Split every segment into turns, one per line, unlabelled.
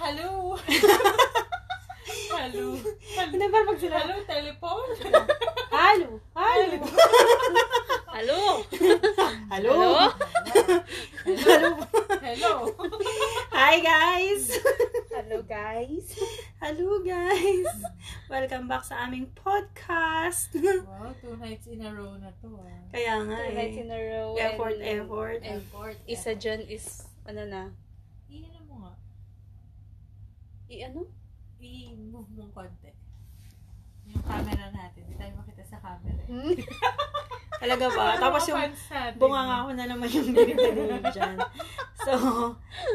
Hello! Hello! Hello!
Ano ba pag sila?
Hello, telephone!
Halo! Halo!
Hello?
Halo!
Hello?
Hello! Hello!
Hi guys!
Hello, guys.
Hello guys! Welcome back sa aming podcast!
Wow, two nights in a row na to ah.
Kaya nga
Two nights in
eh.
a row.
Effort,
and
effort.
Effort. Isa dyan is, ano na,
Iyan mo ah. nga.
i ano?
I-move mong konti. Yung camera natin. Hindi tayo makita sa
Diba?
camera. eh.
Hmm? Talaga ba?
Ano
Tapos
mga
yung
fans natin?
bunga nga ako na naman yung binibigay dyan. So,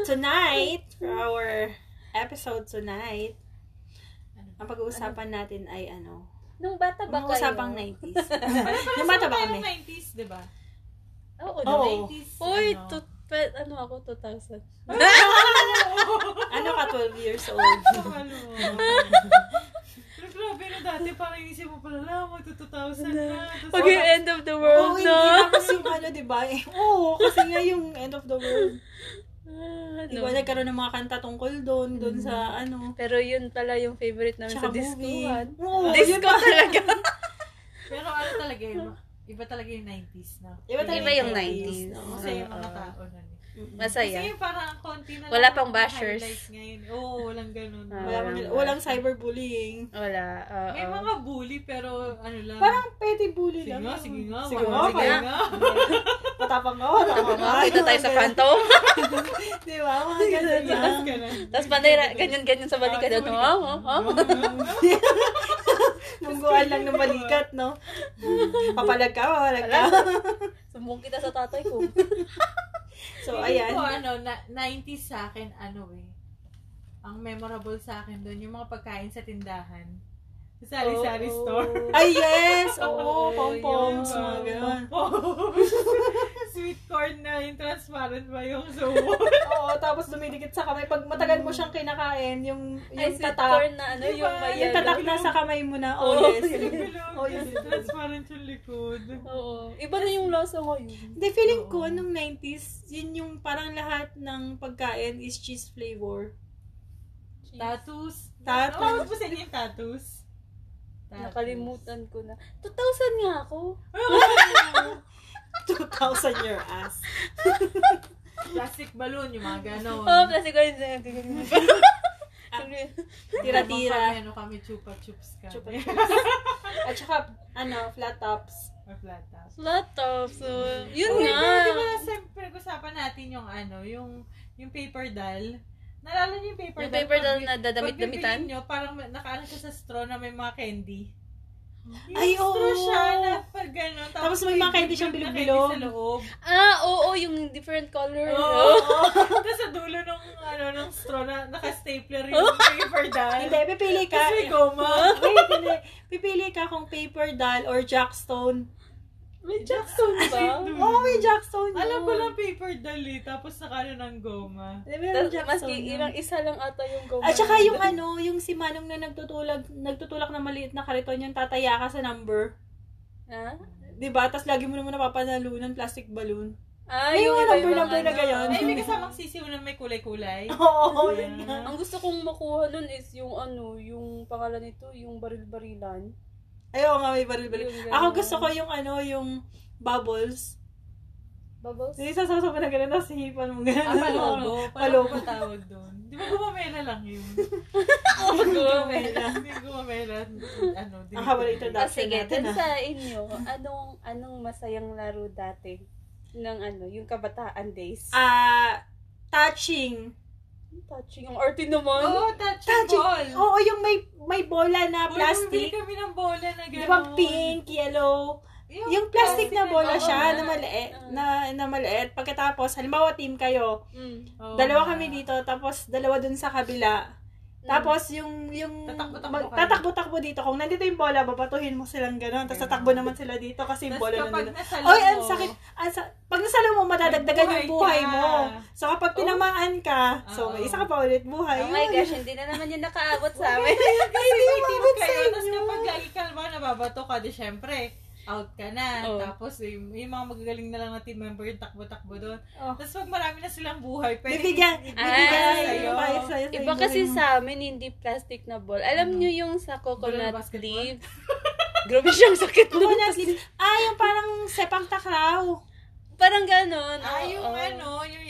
tonight, for our episode tonight,
Ano?
ang pag-uusapan natin ay ano?
Nung bata ba
Ang
kayo?
usapang 90s.
Para pala
Yung bata ba
tayo
kami?
90s, di ba?
Oo.
Oo, oh,
90s.
Uy,
ano?
to, pe, ano ako, 2000.
Ano ka 12 years old?
Ano? Pero grabe na dati, parang inisip mo pala na, magto-2000 na. Tapos-
Pag yung end of the
Oo,
world
Oh, hindi
na.
na kasi yung ano, di ba? Eh, Oo, kasi nga yung end of the world.
Ah,
Di ba,
ano?
nagkaroon ng mga kanta tungkol doon, doon
Mm-hmm.
sa ano.
Pero yun pala yung favorite namin
Tsaka
sa
movie.
diskuhan.
Oo, yun
Disco
pa.
talaga.
Pero ano talaga yun? Iba talaga yung 90s na.
Iba talaga
Iba yung
90s,
90s.
no?
Masaya yung mga tao na. Kasi
Masaya.
yung parang konti na lang.
Wala pang
yung
bashers.
highlights Ngayon. Oo, walang ganun.
Ah.
Wala walang, walang
Mm.
cyberbullying.
Wala. oo.
May mga bully pero ano lang.
Parang petty bully
sige
lang.
nga, sige nga.
Sige nga,
parang
sige
nga.
Patapang nga,
Tama
patapang
nga, kita tayo sa phantom.
Di ba? Mga ganun lang.
Tapos ganun.
Tapos panay, ganyan-ganyan sa balikan. Ano, oh, oh, oh.
Mungguan lang ng balikat, no?
Mm.
Papalag ka, papalag ka.
Sumbong kita sa tatay ko.
So,
Feeling ko,
ayan.
ano, na, 90s sa akin, ano eh. Ang memorable sa akin doon, yung mga pagkain sa tindahan. Sa sari
Oh,
Oo.
store.
Ay, yes!
Oo,
Oo, pom-poms,
Yung,
mga
um,
ganun.
pom-poms. Sweet corn na yung transparent ba yung so
Oo, tapos dumidikit sa kamay. Pag matagal mo siyang kinakain, yung,
Ay,
yung
sweet
tatak,
corn na ano,
Diba?
yung may
yung tatak
yellow.
na sa kamay mo na, oh,
Oo.
yes.
Oh, yes. transparent yung likod.
Oo. Iba na yung lasa ngayon.
Hindi, feeling ko,
Oo.
nung 90s, yun yung parang lahat ng pagkain is cheese flavor.
Tattoos.
Tattoos.
Oh, mas masin yung tattoos. Tattoos.
Nakalimutan ko na. 2,000 nga ako.
2,000 your ass.
Plastic balloon, yung mga ganon.
Oo, oh, plastic ko rin.
Tira-tira.
Kami, ano kami, chupa chups kami.
Chupa At saka, ano, flat tops.
Or flat tops.
Flat top. So,
Oh,
um, yun nga.
Di ba, di ba, sa- pinag-usapan natin yung ano, yung, yung paper doll. Nalala niyo yung paper
Yung
doll?
paper doll
Pag-
na
Pag
dadamit-damitan.
bibili nyo, parang may- nakaano siya sa straw na may mga candy. Yung
Ay,
straw
oo.
siya na pag gano'n.
Tapos may mga candy siyang
bilog
bilog-bilog.
sa loob.
Ah, oo, yung different color.
Oo.
no?
Tapos sa dulo nung, ano, nung straw na naka-stapler yung paper doll.
Hindi, pipili ka.
Tapos may goma.
Wait, hindi. Pipili ka kung paper doll or jackstone.
May jackstone ba?
Oo, oh, may jackstone yun.
Hmm. Alam ko lang paper doll eh, tapos nakano ng goma.
Alam mo yung
Tapos
jackstone
maski
yun.
ilang isa lang ata yung gawin.
At saka yung ano, yung si Manong na nagtutulak, nagtutulak na maliit na kariton, yung tataya ka sa number.
Ha?
Di ba? Tapos lagi mo naman napapanalunan, plastic balloon.
Ah,
May
yung
mga
iba-ibang
number-number na
ano.
ganyan.
Ay, may kasamang sisiw na may kulay-kulay.
Oo, yun nga.
Ang gusto kong makuha nun is yung ano, yung pangalan nito, yung baril-barilan.
Ayaw nga, may baril-baril.
Yung
Ako
ganun.
gusto ko yung ano, yung bubbles.
Bubbles?
Yung sasama mo na ganun, tapos hihipan mo ganun.
Ah, palobo.
Palobo.
Palobo tawag doon. Di ba gumamela lang yun?
Oh,
Gumamela.
Hindi gumamela. Ano, di
Ang habang introduction
Ah, sige,
natin
dun
ah.
sa inyo, anong, anong masayang laro dati? ng ano, yung kabataan days.
Ah, touching.
touching. Ang arte naman.
Oo, touch and
Touching.
ball.
Oo, yung may may bola na
Bumibili
plastic.
kami ng bola na gano'n.
Di ba pink, yellow? Yung plastic na bola siya na maliit, na, na maliit. Pagkatapos, halimbawa team kayo,
Mm.
Oo.
Oh. dalawa kami dito, tapos dalawa dun sa kabila. Tapos yung yung
Tatakbo-takbo
mag-
kayo.
tatakbo-takbo dito kung nandito yung bola, babatuhin mo silang gano'n. Tapos
Ganun.
tatakbo naman sila dito kasi yung
Tapos
bola
kapag
na nila.
nasalo
Oy, ang
mo,
sakit. Ang sa- pag nasalo mo, madadagdagan yung buhay
Buhay ka.
mo. So kapag tinamaan ka, so
Oo.
may isa ka pa ulit buhay.
Oh my
Yun.
gosh, hindi na naman yun nakaabot sa amin.
Ay, hindi
May team
umabot sa
kayo, tapos
inyo.
kapag lagi ka naman nababato ka, di syempre, out ka na.
Oh.
Oo.
Tapos yung, yung mga magagaling na lang na team member, yung takbo-takbo doon.
Oh.
Tapos pag marami na silang buhay, pwede
Bibigyan,
i-
bibigyan
Ay,
sa'yo.
sa'yo.
Ay, sa'yo.
Iba kasi sa amin, hindi plastic na ball. Alam
Ano?
nyo yung sa coconut
Ball na basketball?
leaves? Grabe siyang sakit
Ako
nun.
na, sis- ah, yung parang sepang takraw.
Parang ganon.
Ah, yung
Oh.
oo.
ano, yung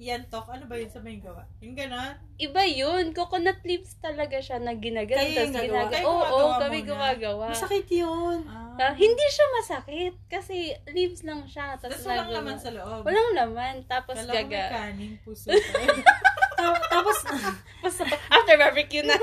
yantok. Ano ba yun sa may gawa? Yung ganon?
Iba yun. Coconut leaves talaga siya na ginagantas.
Kayo yung gagawa?
ginaga-
Kayo
Oo, oo,
gumagawa
kami
muna.
gumagawa.
Masakit yun.
Ah.
Ah, hindi siya masakit kasi leaves lang siya. Tapos
Tapos walang
lagi-
laman sa loob.
Walang laman. Tapos
Kala ko may
gaga.
kaning puso.
Ta- tapos,
Tapos after barbecue na.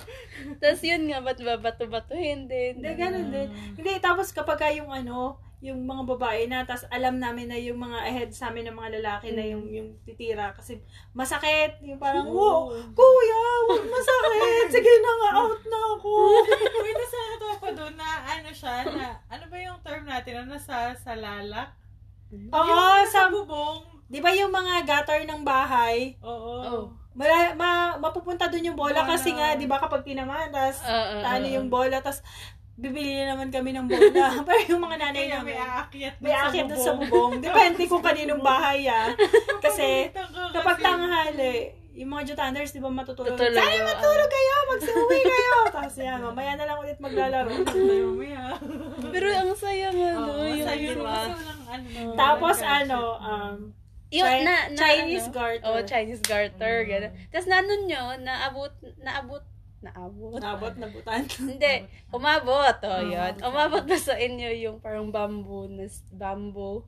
Tapos yun nga, ba't babato-batuhin din.
hindi, ganun din.
Mm.
Hindi, tapos kapag ka yung ano, yung mga babae na, tapos alam namin na yung mga ahead sa amin ng mga lalaki na yung,
Mm.
yung titira. Kasi masakit. Yung parang, wow, kuya, wag masakit. Sige na nga, out na ako.
Uy, nasa nakatawa pa doon na ano siya, na ano ba yung term natin? Ano nasa salalak?
Oo,
Sa
sa,
bubong.
di ba yung mga gutter ng bahay,
Oo.
Oo.
Mala, ma, mapupunta doon yung bola,
Bola. Uh,
kasi nga, di ba kapag tinamaan, tas
Oo,
ano
oo.
yung bola, tas bibili na naman kami ng bola. Pero yung mga nanay
Kaya may
namin,
aakyat
may aakit doon sa bubong. Depende kung kaninong bahay, ah. Kasi, kapag tanghali, yung mga Jutanders, di ba matutulog?
Tutulog,
Ay,
oo.
matulog kayo! Magsiuwi kayo! Tapos yan, mamaya na lang ulit maglalaro.
Pero ang saya nga, no? yung,
sa'yo
di
Oh, naman,
ba?
walang ano. walang
Tapos
gadget.
ano, um,
Yung
Chi-
na, na,
Chinese
ano?
garter.
Oh, Chinese garter.
Mm.
Ganun. Tapos na nun nyo, naabot, naabot, naabot.
nabot, nabutan.
Hindi, umabot. Oh,
Ah,
yun.
okay.
Umabot na sa inyo yung parang bamboo, na, bamboo.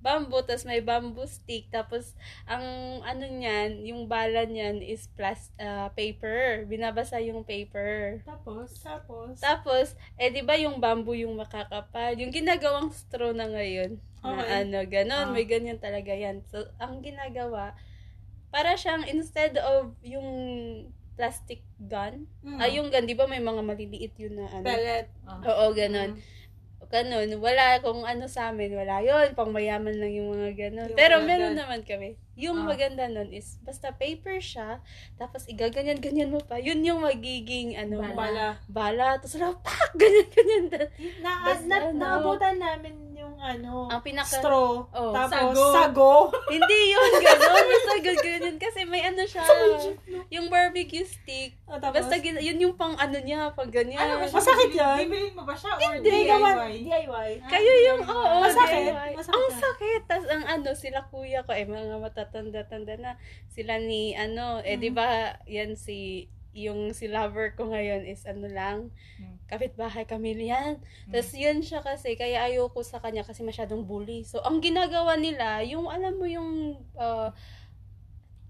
Bamboo, tapos may bamboo stick. Tapos, ang ano niyan, yung bala niyan is plus, ah, paper. Binabasa yung paper.
Tapos,
Tapos,
Tapos, eh, di ba yung bamboo yung makakapal? Yung ginagawang straw na ngayon. Na
Okay.
ano, ganon.
Ah.
May ganyan talaga yan. So, ang ginagawa, para siyang instead of yung plastic gun,
mm,
ay yung gun, di ba may mga maliliit yun na ano?
pellet.
ah.
Oo,
Mm-hmm.
ganon. Ganon. Wala, kung ano sa amin, wala yun. Pang mayaman lang yung mga ganon.
Yung
Pero
mga
meron
gun.
naman kami.
Ah.
Yung maganda nun is, basta paper siya, tapos igaganyan-ganyan mo pa. Yun yung magiging, ano,
Bala.
Bala.
bala, tapos wala, pak, ganyan, ganyan.
Na,
Tas
na,
ano?
naabutan namin yung ano,
Ang pinaka,
straw.
oh,
Tapos,
Sago.
sago.
hindi yun, gano'n, basta gan- ganyan, kasi may ano siya, yung barbecue stick,
O, Oh, tapos,
basta gin- yun yung pang ano niya, pang ganyan.
Ano ba siya?
Masakit
bibili-
yan?
Bibilin mo ba siya? Or
hindi, gawan.
DIY?
DIY.
Ah,
Kayo yung,
DIY.
oo,
Masakit.
DIY.
Masakit
Ang
na.
sakit. ah. Tapos ang ano, sila kuya ko, eh, mga matatanda-tanda na, sila ni, ano, eh, di ba, yan si, yung si lover ko ngayon is ano lang,
Mm.
kapitbahay kami yan. Tapos yun siya kasi, kaya ayoko sa kanya kasi masyadong bully. So, ang ginagawa nila, yung alam mo yung uh,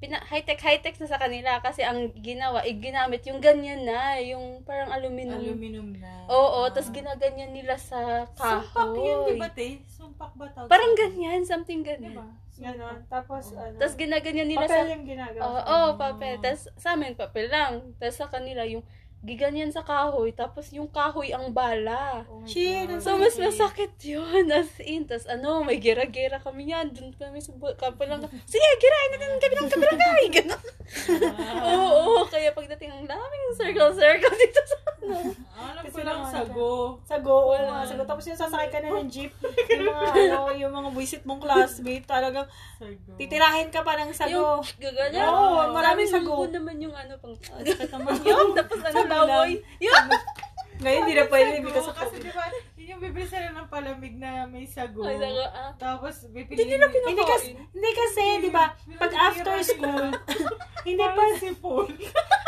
pina- high-tech, high-tech na sa kanila kasi ang ginawa, eh, ginamit yung ganyan na, yung parang aluminum.
Aluminum na.
Oo, tapos ginaganyan nila sa kahoy.
Sumpak yun, di ba, te? Sumpak ba tawag?
Parang
sa-
ganyan, something
Di
ganyan.
ba?
Ganon. Tapos, ano,
Tapos ginaganyan nila
papel
sa...
yung ginagawa.
Ah.
Oo, papel. Tapos sa amin, papel lang. Tapos sa kanila, yung giganyan sa kahoy, tapos yung kahoy ang bala.
Oh my
Shit,
God.
ang
So, mas masakit yun. As in, tas ano, may gira-gira kami yan. Doon kami sa bu- kapo lang. Sige, girain natin ang kabilang kabilang kay. Ganun.
Ah.
Oo, oo. Kaya pagdating ang daming circle-circle dito sa ano.
Alam ko
Kasi
lang
naman-
sago.
sago, oo, mga sago. Tapos yung sasakay ka na ng jeep, yung mga, ano, yung mga buisit mong classmate, talagang
Sago.
titirahin ka pa ng sago.
Gaganyan.
Oo, maraming
Daming
sago.
lugo naman yung ano pang...
Sakit naman yun.
Tapos ano,
Sago lang.
baboy. Yun.
Ngayon, hindi na
Sago,
pwede, hindi ka sa
Kasi di ba, yun yung bibili sila ng palamig na may sago.
Ay, sago, ah.
Tapos, bibili nila
Hindi kasi, hindi kasi, di ba, pag after school, hindi pa,
Parang si Paul.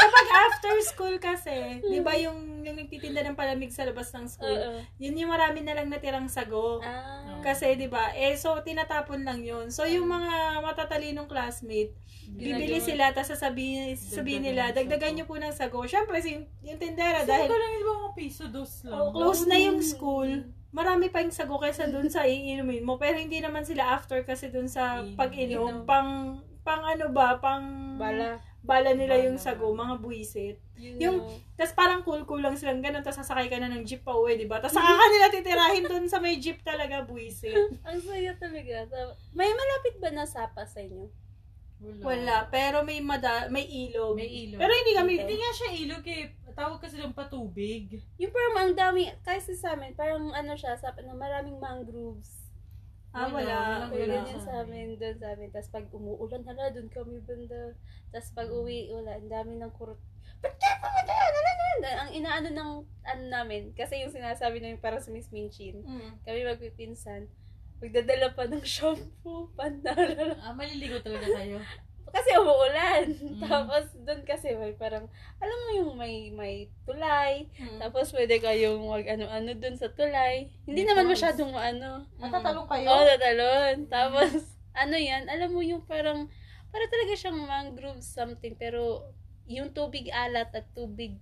kapag after school kasi, di ba yung, yung nagtitinda ng palamig sa labas ng school,
Oo.
yun yung marami na lang natirang sago.
Ah.
Kasi, di ba, eh, so, tinatapon lang yun. So, yung mga matatalinong classmate, bibili
Ginagawa.
sila, tapos sasabihin, sabihin nila,
Dagdagan ng
dagdagan nyo po ng sago. Siyempre, si, yung tindera,
Dahil...
dahil
lang yung mga piso, dos lang.
oh, close na yung school, marami pa yung sago kaysa dun sa iinumin mo. Pero hindi naman sila after kasi dun sa
Iinom.
pag-inom,
Inom.
pang, pang ano ba, pang
Bala.
bala nila yung
Bala.
sago, mga buwisit.
Yun
Yung-
na.
Tapos parang cool-cool lang silang ganun, tapos sasakay ka na ng jeep pa uwi, di ba? Tapos saka ka nila titirahin dun sa may jeep talaga, buwisit.
Ang saya talaga. So, May malapit ba na sapa sa inyo?
Wala, pero may mada, may ilog.
May ilog.
Pero hindi kami,
Hindi nga siya ilog eh. Tawag kasi lang patubig.
Yung parang ang dami, kasi sa amin, parang ano siya, sapa na maraming mangroves.
Ah, wala.
Walang
Wala.
Ulan yun sa amin, doon sa amin. Tapos pag umuulan, hala, doon kami banda. Tapos pag uwi, wala, ang dami ng kurot. Ba't ka pumunta? Ang inaano ng, ano namin, kasi yung sinasabi namin para sa Miss Minchin,
Mm.
kami magpipinsan, magdadala pa ng shampoo, pandaral.
Ah, maliligo talaga tayo.
Kasi umuulan.
Mm.
Tapos doon kasi may parang, alam mo yung may, may tulay.
Mm.
Tapos pwede kayong mag ano-ano doon sa tulay. Hindi
May
naman
toys.
masyadong ano.
Matatalong
Oo, oh, tatalon. Tapos, ano yan, alam mo yung parang, para talaga siyang mangrove something, pero yung tubig alat at tubig,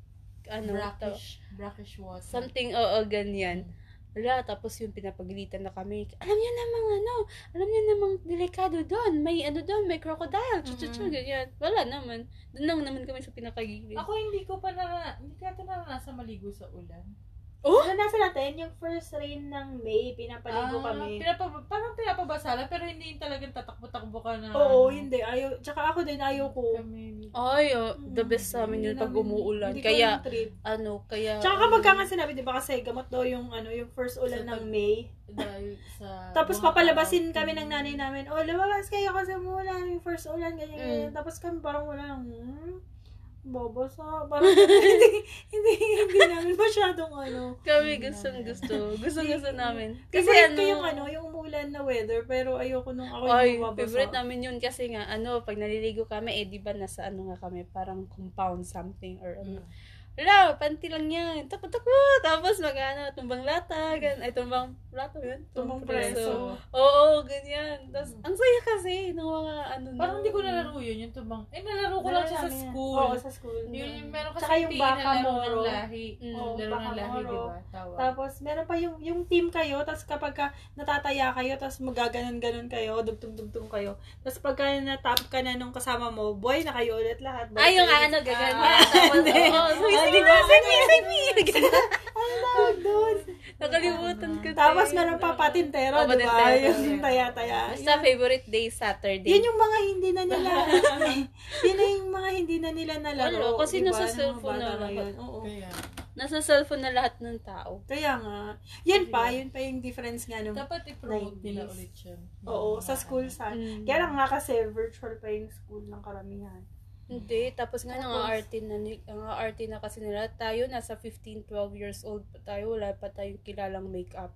ano, to,
brackish, brackish water.
something, oo, ganyan. Wala, tapos yung pinapagalitan na kami, alam niyo namang ano, alam niyo namang delikado doon, may ano doon, may crocodile, chuchuchu,
Mhm.
ganyan. Wala naman. Doon lang naman kami sa pinakagigil.
Ah.
Ako hindi ko pa na hindi ko ata naranasan maligo sa ulan.
Naranasan Ano natin yung first rain ng May, pinapaligo
Ah,
kami.
pinapab- parang pinapabasala pero hindi yung talagang tatakbo-takbo ka na. ano.
Oo, hindi. Ayaw. Tsaka ako din, ayaw ko.
Kami.
Ay, oh, the
Mm,
best
hindi
sa amin yun pag
namin-
umuulan.
Hindi ko
Kaya,
yung trip.
ano, kaya...
Tsaka kapag ka nga sinabi, di ba kasi gamot daw yung, ano, yung first ulan
Sa
ng
pag-
May.
Dahil sa
Tapos
mga
papalabasin
araw.
kami ng nanay namin, oh, lumabas kayo kasi mula yung first ulan, ganyan,
Mm.
ganyan. Tapos kami parang wala lang, hmm, babasa. Parang hindi, hindi, hindi namin masyadong ano.
Kami
Hindi
gustong
namin.
gusto. Gustong gusto namin.
Kasi
Kasi ano,
ko yung ano, yung umulan na weather, pero ayoko nung ako
ay,
yung babasa.
favorite namin yun kasi nga, ano, pag naliligo kami, eh, di ba nasa ano nga kami, parang compound something or ano.
Mm.
Wala, panty lang yan. Takot, takot. Tapos mag, ano, tumbang lata, gan ay, tumbang lato yun?
Tumbang preso.
Preso.
Oo, ganyan. Tapos,
Mm.
ang saya kasi, ng mga, ano,
Parang hindi ko
nun.
nalaro yun, yung tubang. Eh, nalaro ko lang siya sa
Namin-
school.
Oo, sa school.
Yun, yung meron kasi
Tsaka yung
PE na laro
Bacamoro.
ng lahi.
Mm.
Oo,
laro ng lahi,
Bacamoro.
di ba? Tawag.
Tapos, meron pa yung, yung team kayo, tapos kapag ka natataya kayo, tapos magaganon-ganon kayo, dugtong-dugtong kayo. Tapos pagka natap ka na nung kasama mo, boy, na kayo ulit lahat.
Ay, yung ano, gaganyan. Tapos,
hindi.
oo,
Ah,
sige
di ba?
na, sige, sige.
Ang tawag doon.
Nakalimutan ko. eh.
Tapos,
din.
meron pa patintero,
Oo,
di ba?
Oh, patintero.
Yung taya-taya.
Basta favorite day, Saturday.
Yun yung mga hindi na nila. yun na yung mga hindi na nila nalaro.
Wala, kasi
diba,
nasa
ng mga
cellphone
bata
na lahat.
ngayon. Oo.
Kaya,
Nasa cellphone na lahat ng tao.
Kaya nga. Yan pa, yun pa yung difference nga nung
dapat i-promote nila
90s.
ulit yun. Yung
Oo, sa
mga
school
ano.
sa
Mm.
Kaya lang nga kasi virtual pa yung school ng karamihan.
Hindi, tapos nga
Tapos-
nangaarte na, ni- nangaarte na kasi nila. Tayo, nasa 15, 12 years old pa tayo. Wala pa tayong kilalang makeup.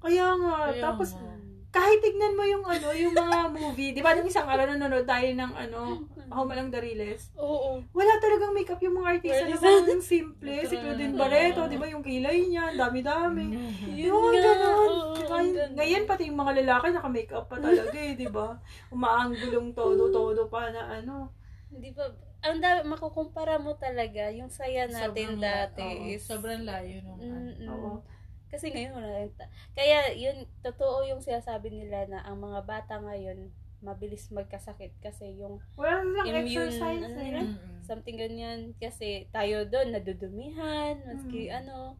Kaya nga,
Kaya
tapos
nga.
kahit tignan mo yung ano, yung mga movie, 'di ba nung isang araw nanonood tayo ng ano, Home Along the Riles.
Oo.
Wala talagang makeup yung mga artista
Artista.
naman yung simple, si
Ito na
Claudine
naman.
Barreto, 'di ba yung kilay niya, ang
Mm.
dami-dami.
Yun
Yung
nga,
ganun.
oo,
Diba?
ang ganun.
Ngayon, pati yung mga lalaki naka-makeup pa talaga eh, di ba? Umaanggulong todo-todo pa na ano.
Di ba? Ang dami, makukumpara mo talaga yung saya
Sobrang
natin
la-
dati.
oo,
is-
sobrang layo nung ano.
Mm-mm.
Oo.
Kasi ngayon wala tayong ta- Kaya yun, totoo yung sinasabi nila na ang mga bata ngayon, mabilis magkasakit kasi yung
Wala lang
Immune,
exercise
ano
eh.
nila?
Mm-mm.
something ganyan kasi tayo doon nadudumihan, maski
Mm.
ano.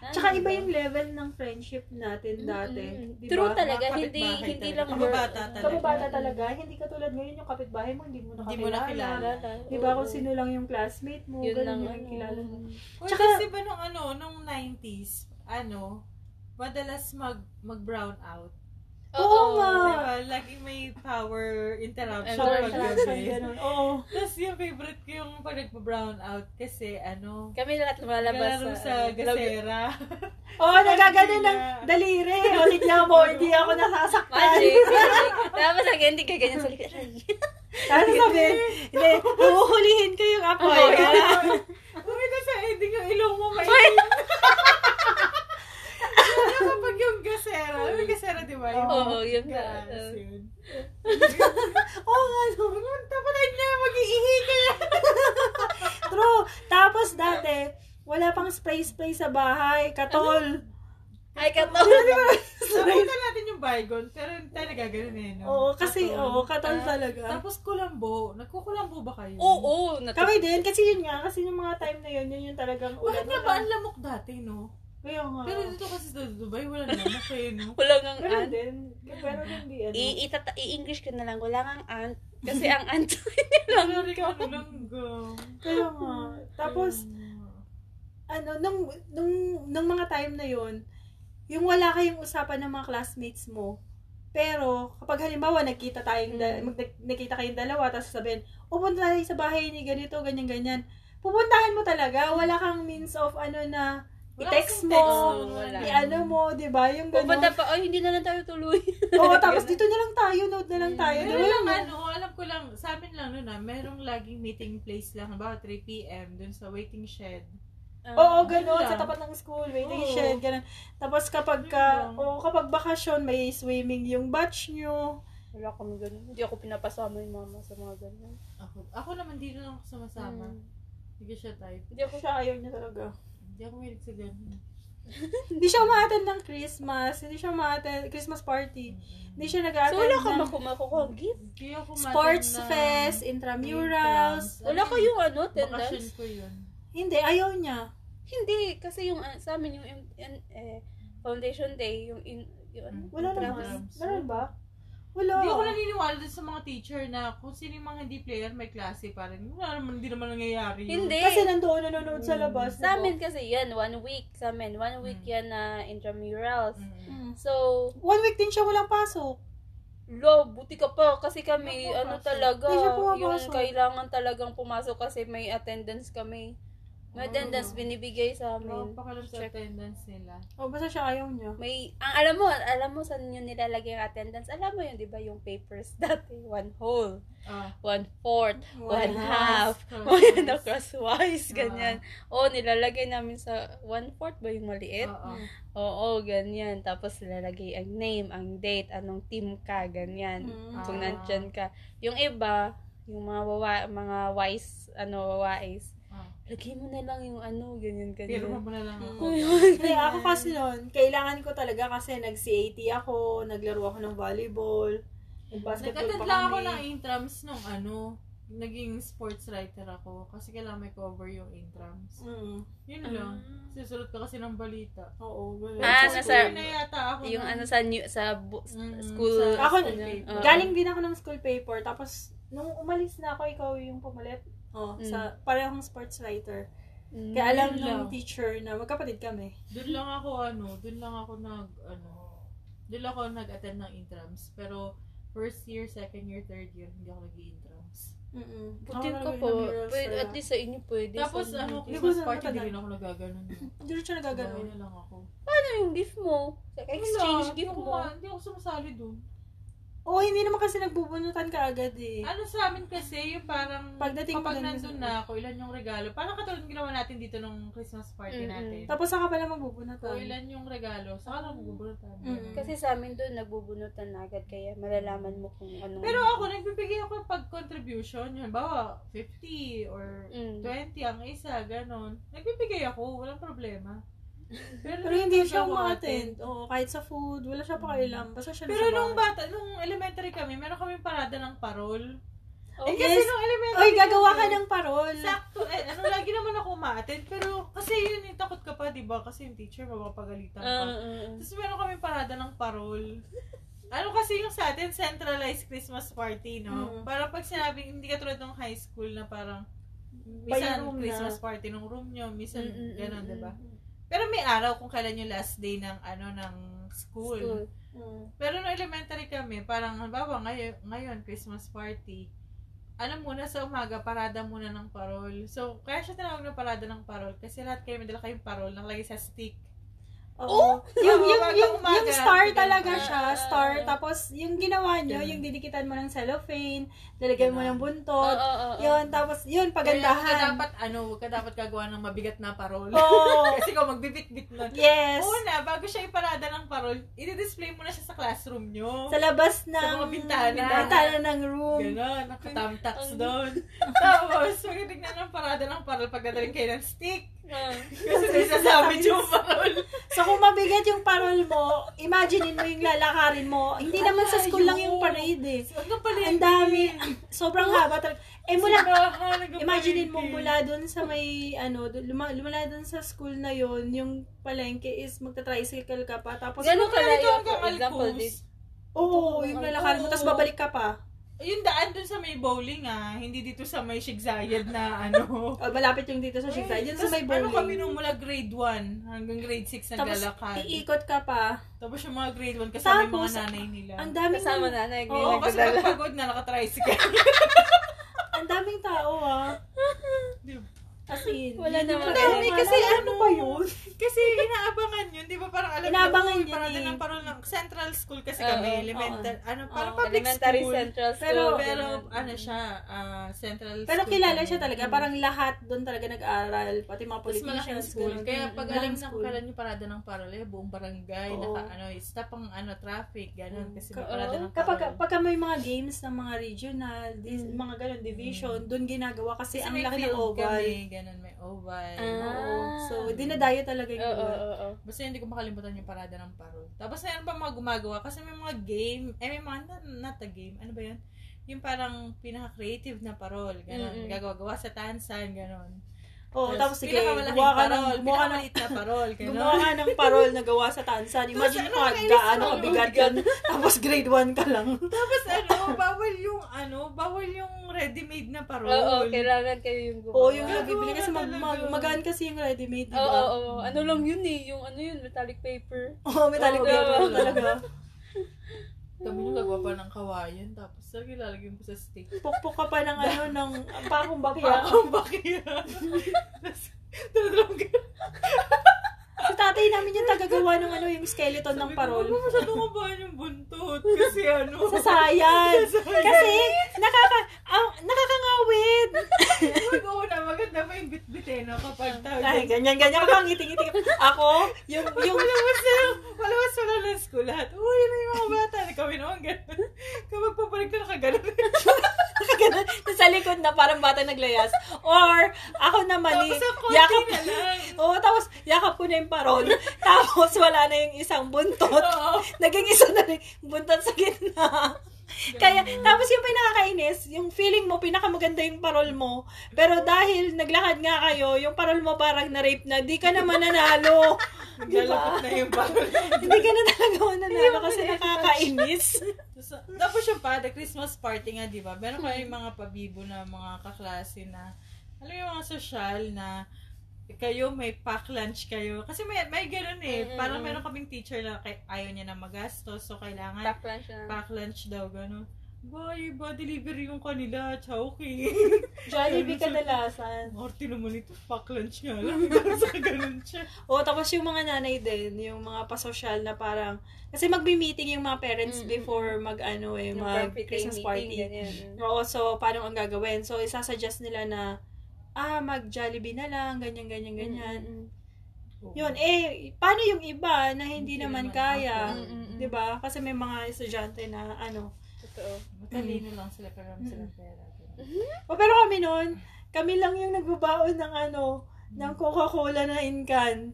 ano
Tsaka iba
ba?
yung level ng friendship natin dati.
Mm-mm.
Di
True
ba?
talaga,
Mga
hindi
kapitbahay
hindi
talaga.
lang
Kababata
girl-
talaga.
Kababata talaga, hindi ka tulad ngayon yung kapitbahay mo, hindi mo na
Hindi mo na
kilala.
kilala.
Kababata.
Di ba
Oo.
Diba kung sino lang yung classmate mo,
yun
ganun
lang
yung
ano.
kilala mo.
Uy,
Tsaka-
kasi ba nung ano, nung 90s, ano, madalas mag, mag-brown out.
Oo nga.
Diba? Laging may power interruption pag
Power
Interaction,
gabi.
ganun. Oo.
Tapos yung favorite ko yung pag nagpa-brown out kasi ano,
Kami lahat lumalabas
Labas sa,
ano, lab-
gasera.
Oo, oh, nagagano ng daliri. O, tignan mo, hindi ako
Magic.
nasasaktan.
magic. Tapos ang ending ka ganyan sa likod.
Tapos sabi, hindi, huhulihin ko yung
Oh,
apoy.
Apoy.
Kumita sa ending yung ilong mo may ilong. Kaya kapag yung gasera, yung gasera di ba? Yung-
Oo, yung
Gas,
ano.
yun.
Oo nga, no.
Tapos na, mag-iihi ka yan.
True. Tapos dati, wala pang spray-spray sa bahay. Katol.
Ay,
Ano
katulad.
Sabihin natin yung bygone, pero talaga ganun eh. No?
Oo, kasi,
Katol.
oo, katol
Ah,
talaga.
Tapos kulambo. Nagkukulambo ba kayo?
Oo, natu-
Kami din, kasi yun nga, kasi yung mga time na yun, yun yung talagang ulan.
Bakit nga ba ang lamok dati, no?
Kaya nga.
Pero dito kasi sa Dubai, wala lamok eh, no?
Wala ngang
Pero
aunt.
din, pero din di ano.
I- itata- I-English ko na lang. Wala ngang aunt. Kasi ang aunt
Wala rin ka nulanggo.
Kaya nga. Tapos, ano, nung, nung, nung mga time na yun, yung wala kayong usapan ng mga classmates mo, Pero, kapag halimbawa, nagkita tayong, da-
Mm.
mag, nag- nagkita kayong dalawa, tapos sabihin, pupunta tayo sa bahay ni ganito, ganyan, ganyan. Pupuntahan mo talaga. Wala kang means of ano na,
Wala kasing
I-text mo,
text, no, wala.
i ano mo, di ba? Yung gano'n.
Pupunta pa, oh, hindi na lang tayo tuloy.
Oo, tapos dito na lang tayo, note na lang tayo.
Pero
Dalawa
lang
lang.
ano, alam ko lang, sa amin lang noon ah, merong laging meeting place lang, about 3 p.m. dun sa waiting shed.
Oo,
ganun
gano'n,
lang.
sa tapat ng school, waiting
Oo.
shed, gano'n. Tapos kapag,
Ganun
ka,
lang.
oo, kapag bakasyon, may swimming yung batch nyo.
Wala kami ganun. Hindi ako pinapasama yung mama sa mga ganun.
Ako, ako naman dito lang ako sumasama.
Mm.
Hmm.
Hindi siya type.
Hindi ako,
Siya ayaw niya talaga.
Hindi ako may sa ganun.
Hindi siya umaattend ng Christmas, hindi siya umaattend, Christmas party. Hindi siya
so
nag-attend
wala ka
ng
maku- makukuha gift.
Hindi ako
sports
madam na-
fest, intramurals.
Intrams.
Wala
Ano
ko
yun?
yung ano,
Bakasyon
attendance.
ko yun.
Hindi, ayaw niya.
Hindi, kasi yung ah, sa amin yung in- in- eh, foundation day, yung in, yung ano,
Wala naman.
Intrams.
Meron ba? Wala.
Hindi ako naniniwala dun sa mga teacher na kung sino yung mga hindi player may klase parang wala naman hindi naman nangyayari. yun.
Hindi.
Kasi nandoon nanonood sa labas. diba?
Sa amin kasi yan, one week sa amin. One week
Mm.
yan na intramurals.
Mm.
Mm.
So,
One week din siya walang pasok.
lo, buti ka pa kasi kami,
Hindi
ano
pumapasok.
talaga,
Hindi siya
yung
pumapasok.
kailangan talagang pumasok kasi may attendance kami.
Oh.
May attendance binibigay sa
Wala
amin.
pa kalam sa
Check.
attendance nila.
O, Oh, basta siya ayaw niya.
May, ang alam mo, alam mo saan yun nilalagay yung attendance? Alam mo yun, di ba, yung papers dati, one whole,
Ah.
one fourth, one half,
half.
o yan, na crosswise, ganyan. Oo, nilalagay namin sa one fourth ba yung maliit?
Mm.
Oo.
Oo, ganyan. Tapos nilalagay ang name, ang date, anong team ka, ganyan.
Mm.
Kung
Ah.
nandyan ka. Yung iba, yung mga wawa, mga wise, ano, wawais,
Ah.
lagay mo na lang yung ano, ganyan,
Pero
ganyan.
mo na
Mm.
lang ah. ako.
Hindi, ako kasi noon, kailangan ko talaga kasi nag-CAT ako, naglaro ako ng volleyball, nag-basketball
Nag-attend
pa
lang ako
kami.
ng intrams nung ano, naging sports writer ako kasi kailangan may cover yung intrams.
Mm,
Yun lang. Susunod ka kasi ng balita.
oo, ganun.
Ah,
Sa
Sa
nasa-
school na yata ako.
yung
nun.
ano sa new, sa bu-
Mm,
school.
sa
Ako,
school paper.
Oo.
Galing din ako ng school paper. Tapos, nung umalis na ako, ikaw yung pumalit. Oh,
Mm.
sa parehong sports writer.
Mm.
Kaya alam
Yun
ng
lang.
teacher na magkapatid kami.
Doon lang ako ano, doon lang ako nag ano, doon lang ako nag-attend ng intrams. Pero first year, second year, third year, hindi ako nag-intrams.
Mm-mm. Ako
Buti ka
nalagay
po.
ng murals
Pwede,
talaga.
at least sa inyo pwede.
Tapos
sa
ano,
Hindi ko
Christmas
na-
party,
matagal.
hindi rin ako nagaganon.
Hindi rin siya
Gagawin
nagagano'n.
na lang ako.
ano yung gift mo? Exchange
Wala,
gift
hindi ako
mo.
ma- Hindi ako sumasali doon.
Oo, hindi naman kasi nagbubunutan ka agad eh.
Ano sa amin kasi, yung parang
Pagdating mo
kapag
dun-
nandun na ako, ilan yung regalo. Parang katulad ng ginawa natin dito nung Christmas party
Mm-mm.
natin.
Tapos saka pala
Kung
magbubunutan.
ilan yung regalo, saka lang magugulat tayo.
Mm.
Kasi sa amin doon, nagbubunutan na agad. Kaya malalaman mo kung ano.
Pero ako, nagbibigay ako pag contribution. Yun, bawa, 50 or
Mm.
20 ang isa, ganon. Nagbibigay ako, walang problema.
Pero hindi
nandun
siya
ako
umaattend. Oo, kahit sa food, wala siya pakailam. Basta siya
ate. Pero
nasa
nung
bahay.
bata, nung elementary kami, meron kami parada ng parol.
Oh,
Eh,
yes.
kasi nung elementary
Oy, gagawa ka
kami-
ng parol.
Sakto. Eh, ano, lagi naman ako umaattend. Pero, kasi yun, yung takot ka pa, di ba? Kasi yung teacher, mapapagalitan
Ah,
ka.
ah, ah.
Tapos meron kami parada ng parol. Ano kasi yung sa atin, centralized Christmas party, no?
Mm.
Parang pag sinabi, hindi ka tulad ng high school na parang, minsan
room na.
Christmas party nung room nyo, minsan
Mm, mm, mm,
gano'n,
mm.
di ba? Pero may araw kung kailan yung last day ng, ano, ng school.
School.
Mm.
Pero no elementary kami, parang, halimbawa, ngayon, ngayon, Christmas party, ano muna sa umaga, parada muna ng parol. So, kaya siya tinawag na parada ng parol kasi lahat kayo may dala kayong parol nakalagay sa stick.
Oo. Yung, yung,
Bago Oh,
yung,
umaga,
yung star
ganun.
talaga
Ah,
siya,
ah,
star.
ah.
Tapos, yung ginawa nyo,
Ganun.
yung dinikitan mo ng cellophane, dalagay mo
Ganun.
ng
Oo,
buntot.
oo, oo.
Yun, tapos, yun,
Huwag ka
pagandahan.
dapat, ano, huwag ka dapat gagawa ng mabigat na parol.
Oo.
kasi kung magbibit-bit nun.
Yes.
Una, bago siya iparada ng parol, i-display mo na siya sa classroom nyo.
Sa labas ng...
mga bintana.
Bintana ng room.
Ganon, nakatamtax doon. Tapos, magaling na ng parada ng parol pagdadaling kayo ng stick.
Ah.
Kasi may sasabi yung parol.
So, kung mabigat yung parol mo, imaginein mo yung lalakarin mo. Hindi naman sa school lang yung parade eh.
Hanggang palengke.
Ang dami. Sobrang haba talaga. Eh, mula,
Simbahan hanggang
imaginein mo
palengke.
mula dun sa may, ano, dun- luma, lumala dun sa school na yon yung palengke is magta-tricycle ka pa. Tapos,
Gano'n
Kung ganito
kalayo,
hanggang
for example,
Alcos.
this.
oo, yung lalakarin mo. Tapos, babalik ka pa.
Yung daan dun sa may bowling ah, hindi dito sa may Shigsayad na ano.
Oh, malapit yung dito sa Shigda. Yun sa
Tapos
may bowling.
Ano kami nung mula grade 1 hanggang grade 6
Tapos,
naglalakad.
iikot ka pa.
Tapos yung mga grade 1 kasama yung
Tapos,
mga nanay nila.
Ang daming,
Kasama na na.
Oo, kasi pagpagod na nakatricycle.
ang daming tao ah.
Di ba?
As in.
Wala
yun yung mga-
naman.
Dami, kasi
Akala,
ano
pa yun?
kasi inaabangan yun, di ba? Parang alam
Inaabangan
yun,
yun
parada
eh.
ng parol ng Central School kasi
Oo,
kami,
oo.
elementary, ano, parang
Oo,
public
Elementary
school.
Central School.
Pero,
Oo,
pero,
ganun.
ano siya, ah, Central
Pero
School
kilala
kami.
siya talaga.
Mm.
Parang lahat doon talaga nag-aral. Pati mga
Tapos
politicians.
malaking school.
ganun.
Kaya pag
Malaking
alam na
school.
kailan yung parada ng parol, eh, buong barangay,
Oo.
naka, ano, stop ang, ano, traffic, ganun,
Mm.
kasi
Ka-
may parada
oo.
ng
Kapag,
parol.
pagka may mga games ng mga regional, dis-
Mm.
mga ganun, division, doon ginagawa kasi,
Kasi
ang
may
laki ng
field
oval.
Kami, ganun, may oval.
Ah.
Oo. So, dinadayo talaga yung
Oo,
iba.
oo, oo.
Basta hindi ko makalimutan yung parada ng parol. Tapos meron pa mga gumagawa kasi may mga game, eh may mga not, not a game, ano ba yun? Yung parang pinaka-creative na parol,
Mm-mm.
gano'n. Gagawa-gawa sa tansan, gano'n.
Oo, Oh, tapos sige,
pinakamalaking
gumawa ka ng,
parol,
gumawa ka ng,
pinakamaliit na parol,
gumawa
gano'n.
ka ng parol na gawa sa tansan. Imagine
ano,
ka,
kainis
gaano
ka,
kabigat yun. Tapos grade 1 ka lang.
Tapos ano, bawal yung ano, bawal yung ready-made na parol.
Oo, kailangan kayo yung gumawa.
Oo, yung
Gagawa
nabibili kasi
ka
mag, mag,
talaga.
magaan kasi yung ready-made,
Oo, oo,
diba?
oo. Ano lang yun eh. Yung ano yun, metallic paper.
Oo, metallic
Oo.
paper talaga.
Kami nung gagawa pa ng kawayan, tapos sir, ilalagyan ko sa stick.
Pukpuk ka pa ng ano, ng pakong bakya.
Ako bakit? Tapos, Tuloy-tuloy ka.
Sa tatay namin yung tagagawa ng ano, yung skeleton ng
Sabi ko, "Ano
parol.
"Huwag mo masyado kabahan yung buntot. Kasi ano.
Sasayan.
Sasayan.
Kasi, nakaka, ang nakakangawit.
Huwag una, maganda pa yung bitbitin no, kapag tawag.
Ay, ganyan, ganyan. Ako ang ngiti-ngiti. Ako, yung, yung,
Malawas na yung, malawas wala na ng school lahat. Uy, yun na yung mga bata. Kami naman ganun. Kapag pabalik na nakaganon.
ganun, sa likod na parang bata naglayas. Or, ako naman, eh,
Tapos ang konti
yakap,
na lang.
Oo, tapos yakap ko na yung parol. tapos wala na yung isang buntot.
Oo.
Naging isa na rin, buntot sa gitna. Kaya, tapos yung pinakakainis, yung feeling mo, pinakamaganda yung parol mo. Pero dahil naglakad nga kayo, yung parol mo parang na-rape na, di ka naman nanalo.
Naglalapit na yung parol.
Hindi ka na talaga nanalo kasi nakakainis.
So, tapos yung pa, the Christmas party nga, di ba? Meron kayong mga pabibo na mga kaklase na, alam mo yung mga social na, kayo may pack lunch kayo. Kasi may, may ganun eh.
Mm-mm.
Parang meron kaming teacher na kay, ayaw niya na magastos. So, kailangan
Taklan siya.
pack lunch daw. Ganun. Boy, ba, delivery yung kanila. Chowking.
Jollibee kadalasan.
Morty naman ito. Pack lunch nga lang. Ganun sa ganun siya.
O, tapos yung mga nanay din, yung mga pasosyal na parang, kasi magbi-meeting yung mga parents
Mm, mm,
before mag, ano eh,
Yung
mag
birthday
Christmas
meeting,
party.
ganyan.
Oo, so, paano ang gagawin? So, isasuggest nila na, ah, mag-Jollibee na lang, ganyan, ganyan, ganyan.
Mm,
Oh,
Yun, eh, paano yung iba na hindi,
Hindi
naman
naman
kaya?
ako.
Mm, mm, mm.
'Di ba Kasi may mga estudyante na, ano.
Totoo.
Matalino lang sila. Pero mm sila pera.
O, pero kami noon, kami lang yung nagbabaon ng, ano, ng Coca-Cola na in can.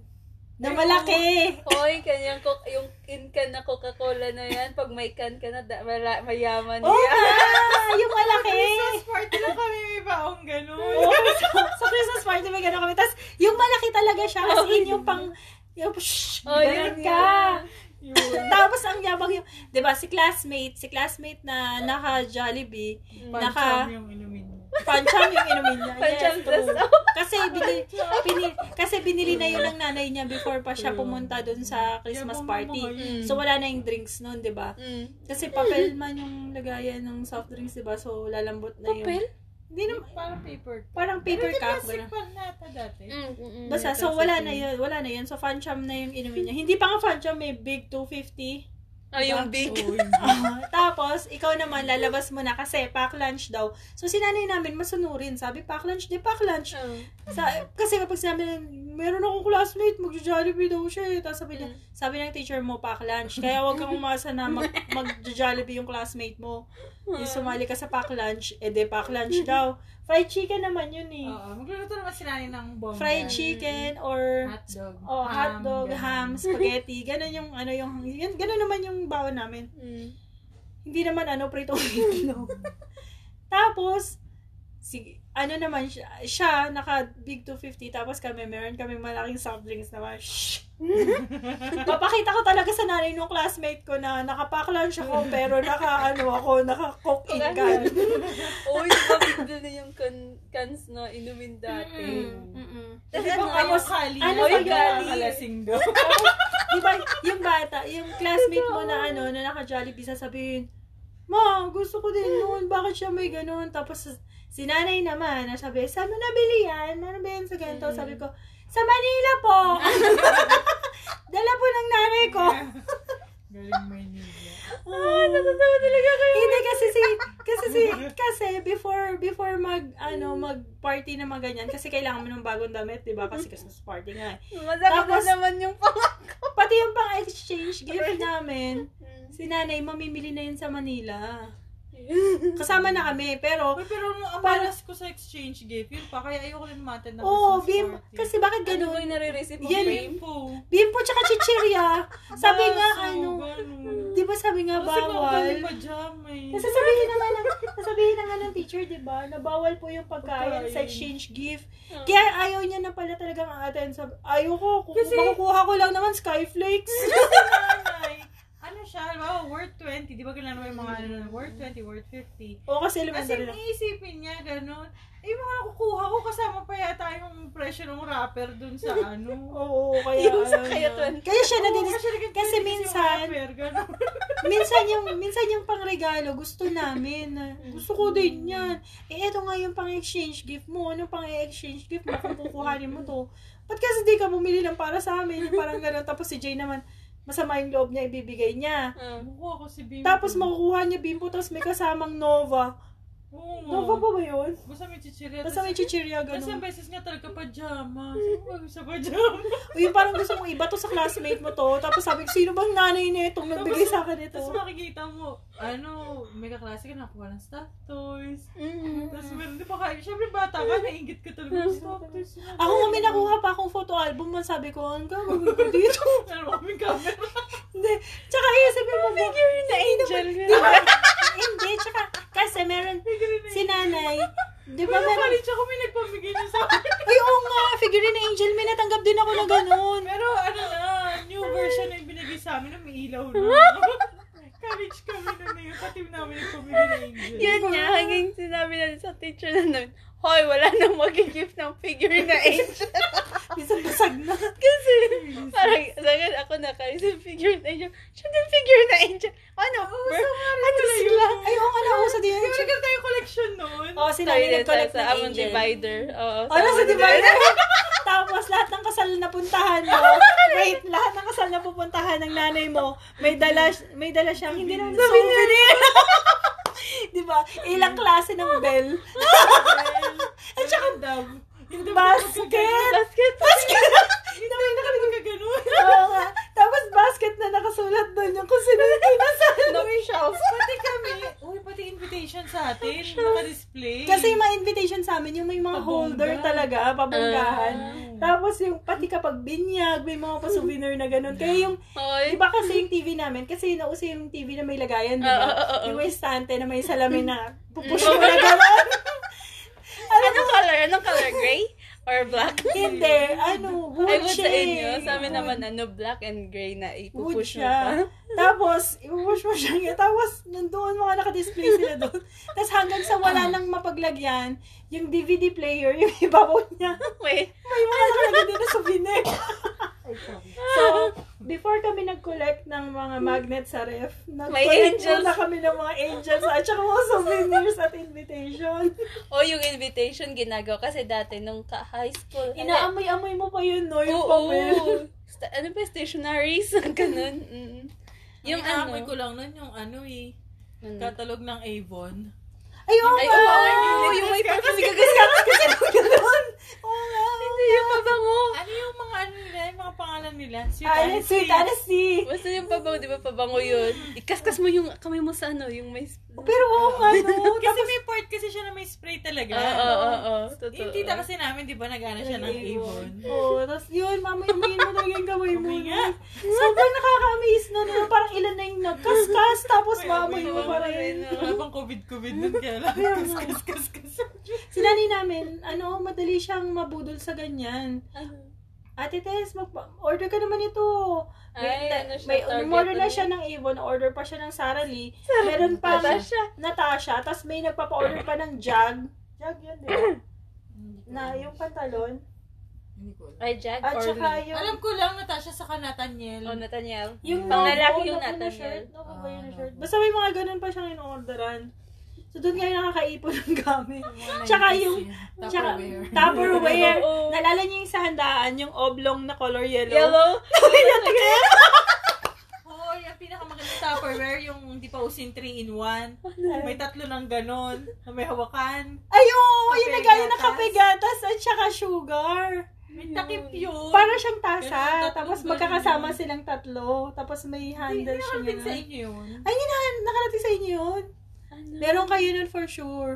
Na
Ay,
malaki!
Hoy, kanyang cook, yung in-can na Coca-Cola na yan, pag may can ka na, da, mala, mayaman
Oo
yan.
nga! Yung malaki!
Christmas party lang kami may baong ganun.
Oo, sa, sa Christmas party may gano'n kami. Tapos, yung malaki talaga siya. As in, yung pang, yung shh,
Oh,
ganun
yun
ka.
Yun.
Tapos, ang yabang yung, di ba, si classmate, si classmate na naka-Jollibee,
Pancham yung inumin niya.
pancham yung inumin niya.
Pancham
Ah, true.
dress up.
Kasi, binili, pinili, kasi binili na yun ng nanay niya before pa siya pumunta dun sa Christmas
Yabang
party. Mm.
naman.
So, wala na yung drinks nun, di ba?
Mm.
Kasi papel man yung lagayan ng soft drinks, di ba? So, lalambot na yun.
Papel?
Hindi naman,
Parang paper cup.
parang paper cup.
Kasi
ganun.
panata dati.
Mm, mm, mm.
Basta, so wala na yun, wala na yun. So, fancham na yung inumin niya. Hindi pa nga fancham, may big 250.
Ah, yung big.
Oo,
Ah, tapos, ikaw naman, lalabas mo na kasi pack lunch daw. So, sinanay namin, masunurin. Sabi, pack lunch, di pack lunch.
Oh.
Sa, kasi kapag sinabi na, meron akong classmate, mag-jollibee daw siya. eh." Tapos sabi niya, sabi ng teacher mo, pack lunch. Kaya wag kang umasa na mag, mag-jollibee yung classmate mo.
Hmm.
Yung sumali ka sa pack lunch, eh di pack lunch daw. Fried chicken naman yun eh.
Oo, magluluto naman si nanay ng bomba.
Fried chicken or
Hotdog.
Oh, hot dog,
ganun.
ham, spaghetti, ganun yung ano yung yun, ganun naman yung baon namin.
Mm.
Hindi naman ano prito Tapos sige, ano naman siya, siya naka big 250 tapos kami meron kaming malaking samplings naman. Shh. Papakita ko talaga sa nanay ng classmate ko na nakapaklan siya ko pero naka ano ako, naka coke in can.
Oo, yung pamigda na yung can- cans na inumin dati.
Tapos
Di ba
ibang
kayo
ano,
kali?
ano
Pag
yung kali?
nakakalasing daw.
di ba, yung bata, yung classmate mo na ano, na naka Jollibee, sasabihin, Ma, gusto ko din noon, bakit siya may ganun? Tapos si nanay naman, na sabi, saan mo nabili yan? Ano ba yan sa ganito? Sabi ko, sa Manila po! Dala po ng nanay ko.
Galing Maynila.
Ah, natatawa talaga kayo. Hindi kasi si kasi si kasi before before mag ano mag party na mga ganyan kasi kailangan mo ng bagong damit, 'di ba? Kasi Christmas party nga. eh.
Masarap na
Tapos-
naman yung pangako.
Pati yung pang-exchange gift namin, si nanay mamimili na yun sa Manila. Kasama na kami, pero
Uy, pero ang
Para-
malas ko sa exchange gift, yun pa, kaya ayoko rin matin na
Oo, oh,
Christmas
Bim,
party.
kasi bakit
Ano ba
ganun?
yung nare-receive mo,
Yan
Fame?
po.
Bim po tsaka chichirya. Sabi nga, ano, di ba sabi nga
Kasi magaling
bawal?
pa jam eh.
Nasasabihin naman ng, nasabihin naman ng teacher, di ba, na bawal po yung pagkain
Pagkain.
sa exchange gift.
Ah.
Kaya ayaw niya na pala talagang aaten. Sabi, ayaw ko, kung
Kasi-
makukuha ko lang naman skyflakes.
Nanay, ano siya, halimbawa, worth 20, di ba kailangan may mga ano, worth 20, worth 50.
o
Kasi
kasi elementary lang.
iisipin niya, ganun, eh, mga nakukuha ko, kasama pa yata yung presyo ng wrapper dun sa ano.
Oo, kaya
Yung sa
ayaw
kaya
niya.
20.
Kaya siya na
Oo, kasi naging
kasi
20 yung
minsan-
wrapper, ganun.
minsan yung minsan yung pangregalo gusto namin. Gusto ko din 'yan. Eh eto nga yung pang-exchange gift mo. Ano pang-exchange gift mo kung kukuhanin mo to? Ba't kasi di ka bumili ng para sa amin? Yung Parang gano'n. Tapos si Jay naman, masama yung loob niya, ibibigay niya.
Ah.
Nakukuha ko si Bim.
Tapos makukuha niya bimbo, tapos may kasamang Nova.
Oo nga.
Nova ba ba yun?
Basta may chichirya.
Tapos may chichirya,
Kasi ang
gano'n.
beses nga talaga pajama. Sino ba sa pajama?
O yung parang gusto kong iba to sa classmate mo to. Tapos sabi ko, sino bang nanay na itong nagbigay sa akin ito?
Tapos makikita mo, ano, may kaklase ka nakuha ng stuff toys.
Mm.
Tapos meron di ba kayo, syempre bata ka, naingit ka talaga ng stuff toys.
Ako nga may nakuha pa akong photo album, man, sabi ko, ang gagawin ko dito.
Meron kaming camera.
Hindi. Tsaka iisipin mo ba? Figure na angel. Di ba? Hindi. Tsaka, kasi meron si nanay. eh. Di ba
Pero
meron?
kalit siya kung may nagpamigay niya sa akin.
Uy, oo nga. Figurine na angel. May natanggap din ako na ganun.
Pero ano na, new version na yung binigay sa amin na may ilaw na. College kami na na yun, pati namin nagpamigay na angel.
Yun nga,
Diba?
hanggang sinabi na sa teacher na nun, Hoy, wala nang magigift ng figure na angel.
Isang basag na.
Kasi, parang, sa akin, ako nakaisip yung figure na angel. Siya din figure na angel. Ano? bro? ano sila?
Ay, oo nga. Nauso din yun.
Meron tayo collection noon.
Oo, si
Sorry,
nanay nag-collect
sa
ng
among
angel.
divider. Oo,
Oo, nasa
among
divider. Tapos lahat ng kasal na puntahan mo. Wait, lahat ng kasal na pupuntahan ng nanay mo, may dala, may dala siyang hindi na souvenir. Di ba? Ilang klase ng bell.
At saka dab. Yung dab na
Basket!
Basket.
Basket!
Yung dab na magkaganon.
Oo nga. Tapos basket na nakasulat doon yung kung sino yung kinasal.
No shells.
Pati kami, uy, pati invitation sa atin, naka-display.
Kasi yung mga invitation sa amin, yung may mga
Pabongga.
holder talaga, pabonggahan.
Ah.
Tapos yung pati kapag binyag, may mga pa-souvenir na ganun. Kaya yung,
Hoy.
di ba kasi yung TV namin, kasi nauso yung TV na may lagayan, di
Oo,
ba?
oo, oo, oo. Mm.
Yung may stante na may salamin na pupush mo na gano'n.
Anong color? Anong color? Gray? Or black?
Hindi, ano, wood
Ay, wood sa
shape.
inyo. Sa amin
Wood.
naman, ano, black and gray na
Wood
ipupush mo
siya.
pa.
Tapos, ipupush mo siya. Tapos, nandoon mga nakadisplay sila doon. Tapos hanggang sa wala nang mapaglagyan, yung DVD player, yung ibabaw niya,
Wait.
may mga nakalagay din na souvenir. so, before kami nag-collect ng mga magnet sa ref,
May
nag-collect
angels.
muna kami ng mga angels at saka mga souvenirs at invitation.
O oh, yung invitation ginagawa kasi dati nung ka high school.
Inaamoy-amoy mo pa yun, no?
Ay,
Yung
oo.
papel.
Sta- ano ba, stationaries? Ganun. Mm. Yung
Ay,
ano.
naamoy ko lang nun yung ano eh,
Hmm.
Ano?
katalog ng Avon.
Ay, oo
Ay,
nga!
oo, oo, yung may
Kasi
perfume.
gagasgas kasi ng ganun. Oo nga.
Hindi, yung mabango.
Ano yung mga ano nila, yung mga pangalan nila? freelance. Sweet
Ah, yun, sweet honesty.
Basta yung pabango, di ba pabango yun? Ikaskas mo yung kamay mo sa ano, yung may...
Pero oo nga, no.
Kasi
Tapos,
may part kasi siya na may spray talaga.
Oo, oo, oo. Totoo.
Yung tita kasi namin, di ba, nagana siya ng ibon.
Oo, tapos yun, mama, yung tingin mo talaga yung gamay mo.
Kamay
no? Sobrang nakaka-amaze na, no? Parang ilan na yung nagkaskas, tapos mama,
Uy,
yung
uy,
mo pa rin.
uy, Habang COVID-COVID nun, kaya lang, kas, kas, kas, kas.
Si nanay namin, ano, madali siyang mabudol sa ganyan.
ano,
Ate Tess, mag- order ka naman ito. May,
Ay, ano siya,
may
target
umorder na
ano?
siya ng Avon, order pa siya ng Sarali. Meron pa
Natasha.
Natasha, tapos may nagpapa-order pa ng Jag. Jag yun, di ba? Na, yung pantalon.
Hindi ko alam.
Ay, Jag
At
or
saka
Lee.
yung...
Alam ko lang, Natasha, saka Nathaniel.
Oh, Nathaniel.
Yung
Pang
Novo,
lalaki yung eh.
Novo na
Nathaniel.
shirt. Novo ba yun na
Ah,
shirt?
Novo.
Basta may mga ganun pa siyang in-orderan. So, doon kayo nakakaipon ng gamit.
Mga
Tsaka
90s
yung-
yun.
tsaka-
Tupperware.
Tupperware.
Oo.
Nalala niyo yung sa handaan, yung oblong na color yellow.
Yellow.
Oo, yung pinakamagandang Tupperware, yung hindi pa usin 3 in 1.
Ano?
May tatlo ng ganon, na may hawakan.
Ay, oo, yung
Kape
nagaya na
gatas.
kape gatas at saka sugar.
May takip yun.
Para siyang
Ganun,
tasa.
tatlong
Tapos
ganun
magkakasama
yun.
silang tatlo. Tapos may
Hindi
handle siya
nakarating sa
na.
inyo yun.
Ay, hindi na- nakarating sa inyo yun.
Ano?
Meron kayo nun for sure.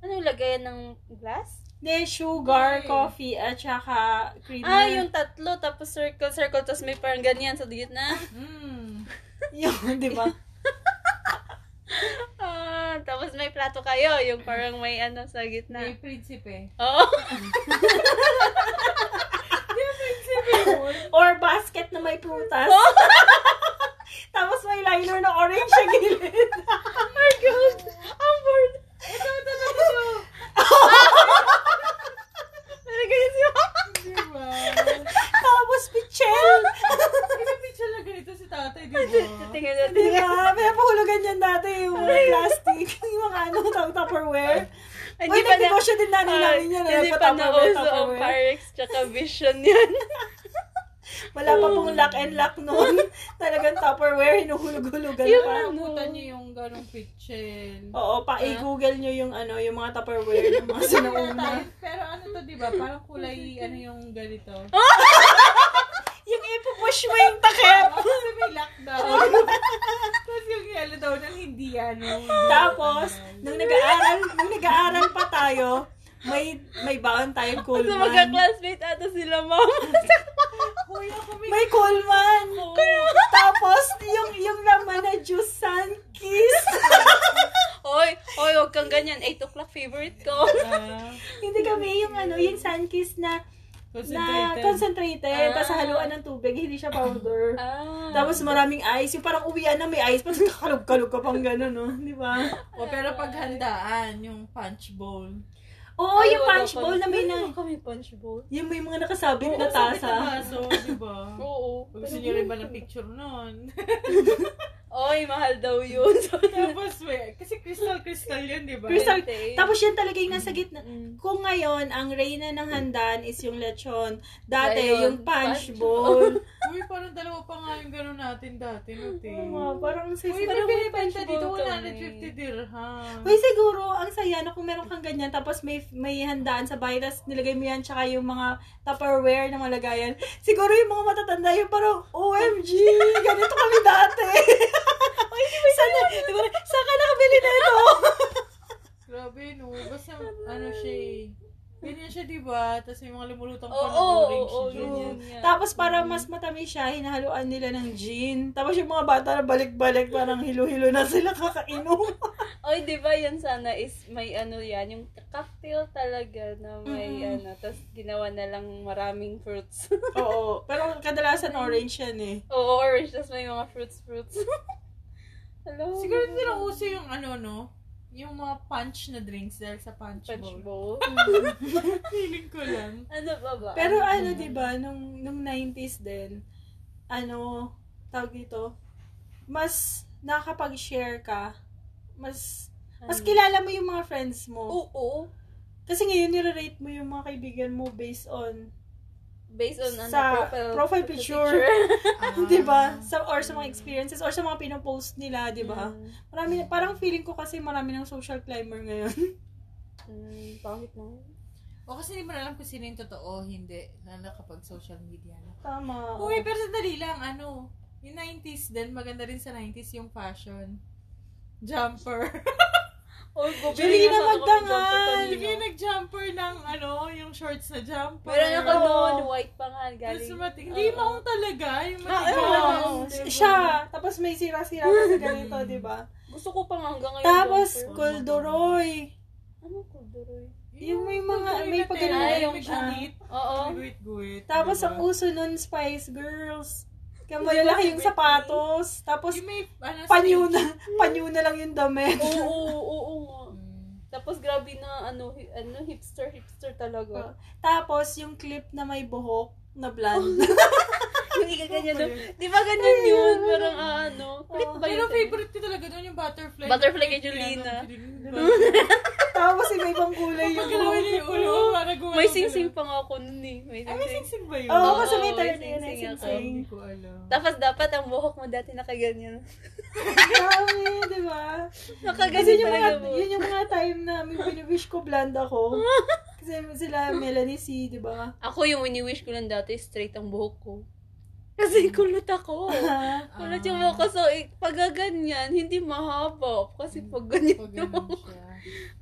Ano yung lagayan ng glass?
De, sugar,
Ay.
coffee, at saka creamer.
Ah, yung tatlo, tapos circle, circle, tapos may parang ganyan sa gitna.
Mm.
Yun, di ba?
Ah, tapos may plato kayo, yung parang may ano sa
May
gitna.
prinsipe.
Oo.
Or basket na may prutas.
Oh.
Tapos may liner na orange sa gilid.
Oh
my God! Ang bored!
Ito, ito, ito, ito.
Nalagay siya.
Diba?
Tapos pichel.
Ito, picture na ganito si tatay, diba?
Tingnan natin.
diba? May pahulugan yan dati yung mga plastic. Yung mga ano, tawag Tupperware. Uy, nagnegosyo din nanay
Ah,
namin yan.
Hindi pa na uso ang
eh.
Pyrex tsaka Vision yan.
Wala pa pong lock and lock noon. Talagang Tupperware, hinuhulog-hulugan
Yung
pa.
ano.
Puta niyo yung ganong picture.
Oo, pa i-google nyo yung ano, yung mga Tupperware ng mga sinauna.
Pero ano to, diba? Parang kulay, ano yung ganito.
yung ipupush mo yung takip.
Kasi may lockdown. Tapos yung yellow daw nang hindi ano. hindi
Tapos,
ano.
nung nag-aaral, nung nag-aaral pa tayo, may may baon tayong
Sa
Coleman.
magka-classmate ata sila, ma'am.
Kuya, kami
May Coleman. Tapos, yung yung laman na juice sun kiss.
Oy, oy, huwag kang ganyan. 8 o'clock favorite ko.
Ah,
Hindi kami yung ano, yung sun kiss na na
concentrated.
concentrated,
Ah.
tapos haluan ng tubig, hindi siya powder.
Ah.
Tapos maraming ice. Yung parang uwian na may ice. Parang kakalog-kalog ka pang gano'n, no? Di ba?
o, pero paghandaan, yung punch bowl.
Oo, Oh,
Ay,
yung
wala
punch
pa.
bowl ah. na may
Wala
na...
kami punch bowl.
Yung may mga nakasabit na
Sabi sa
tasa.
baso, diba?
Oo.
Gusto niyo rin ba ng picture nun?
Oy, mahal daw yun.
Tapos, we, kasi crystal-crystal yun, diba? di ba?
Crystal-
Birthday.
Tapos yan talaga yung nasa gitna.
Mm.
Kung ngayon, ang reyna ng handaan is yung lechon. Dati,
Ngayon,
yung punch,
punch
bowl.
Uy, parang dalawa pa nga yung gano'n natin dati, Nati.
Oo nga, parang sa
Uy, may
Parang may
pinipenta
punch
dito,
bowl to,
150 dirham.
Uy, siguro, ang saya, no, kung meron kang ganyan, tapos may, may handaan sa bahay, tapos nilagay mo yan, tsaka yung mga Tupperware na malagayan. Siguro yung mga matatanda, yung parang, OMG, ganito kami dati. Uy, sana, diba, saan ka nakabili na ito?
Grabe, no. Basta, ano siya eh. Ganyan siya, di ba? Tapos may mga lumulutang
Oo,
pa ng
oo,
orange.
oo,
juice.
ganyan yan.
tapos para mas matamis siya, hinahaluan nila ng gin. Tapos yung mga bata na balik-balik, parang hilo-hilo na sila kakainom.
Oy, di ba yun sana is may ano yan, yung cocktail talaga na may
Mm.
ano, tapos ginawa na lang maraming fruits.
Oo, pero kadalasan orange yan eh.
Oo, orange, tapos may mga fruits-fruits. Hello?
Siguro hindi lang uso yung ano, no? Yung mga punch na drinks dahil sa punch,
punch
bowl.
bowl.
Feeling ko lang.
ano ba ba?
Pero ano, 'di ba, nung nung 90s din, ano, tawag dito, mas nakakapag-share ka. Mas mas kilala mo yung mga friends
Oh.
mo.
Ano? Oo.
Kasi ngayon nire-rate mo yung mga kaibigan mo based on
Based on ano,
Sa
profile,
profile picture.
Ah.
'di ba? diba, Sa or sa mga experiences or sa mga pinopost nila, 'di ba?
Mm.
Marami parang feeling ko kasi marami ng social climber ngayon.
Mm, pangit na.
O kasi hindi mo na alam kung sino yung totoo, hindi. Lalo kapag social media na.
Tama.
Uy, pero sandali lang, ano, yung 90s din, maganda rin sa 90s yung fashion. Jumper.
Or
Julina Magdangal!
Hindi kayo nag-jumper ng, ano, yung shorts na jumper. Ano?
Meron ako
Oo.
noon, white pa nga.
Tapos
Galing.
mati- hindi
Oo.
maong talaga, yung
Ah,
matigas.
oo,
Diba?
siya. Tapos may sira-sira pa sa ganito, di ba?
Gusto ko pang hanggang ngayon.
Tapos,
jumper.
Kulduroy.
Ano kulduroy?
Yung may mga-
kulay
may
na
pagano-
tela,
Ah,
yung
yung-
ginit.
Oo.
Guit-guit.
Tapos,
diba?
ang uso nun, Spice Girls. Kaya malalaki yung
Diba?
sapatos. Tapos,
Yung may, ano,
panyo
sleeve.
na, panyo na lang yung damit.
Oo, oo, oo, nga.
Mm.
Tapos grabe na ano, hi- ano hipster, hipster talaga.
Tapos, yung clip na may buhok na blonde.
yung igaganyan doon. Di ba ganyan yun? Parang ah, ano, clip ba
Pero
yun?
favorite ko talaga doon yung ano, butterfly.
Butterfly kay Julina.
Tapos, iba ibang kulay yung
Pagkalawa niya yung ulo, para gumawa.
May singsing pa nga ako nun eh. May
Ay, may
singsing.
singsing ba yun?
Oo,
Oo,
kasi may
may
talaga yun,
singsing
may
ako.
singsing.
Hindi ko alam.
Tapos dapat ang buhok mo dati nakaganyan.
Grabe, di ba? Kasi
Nakaganyan
yun yung mga,
talaga mo.
yun yung mga time na may biniwish ko blonde ako. Kasi sila Melanie C, diba? di ba?
Ako yung wini-wish ko lang dati, straight ang buhok ko. Kasi kulot ako. Kulot
Ah,
yung buhok ko. So, eh, pag gaganyan, hindi mahaba. Kasi Hmm. pag ganyan
Pag
yung
ganun
buhok.
siya.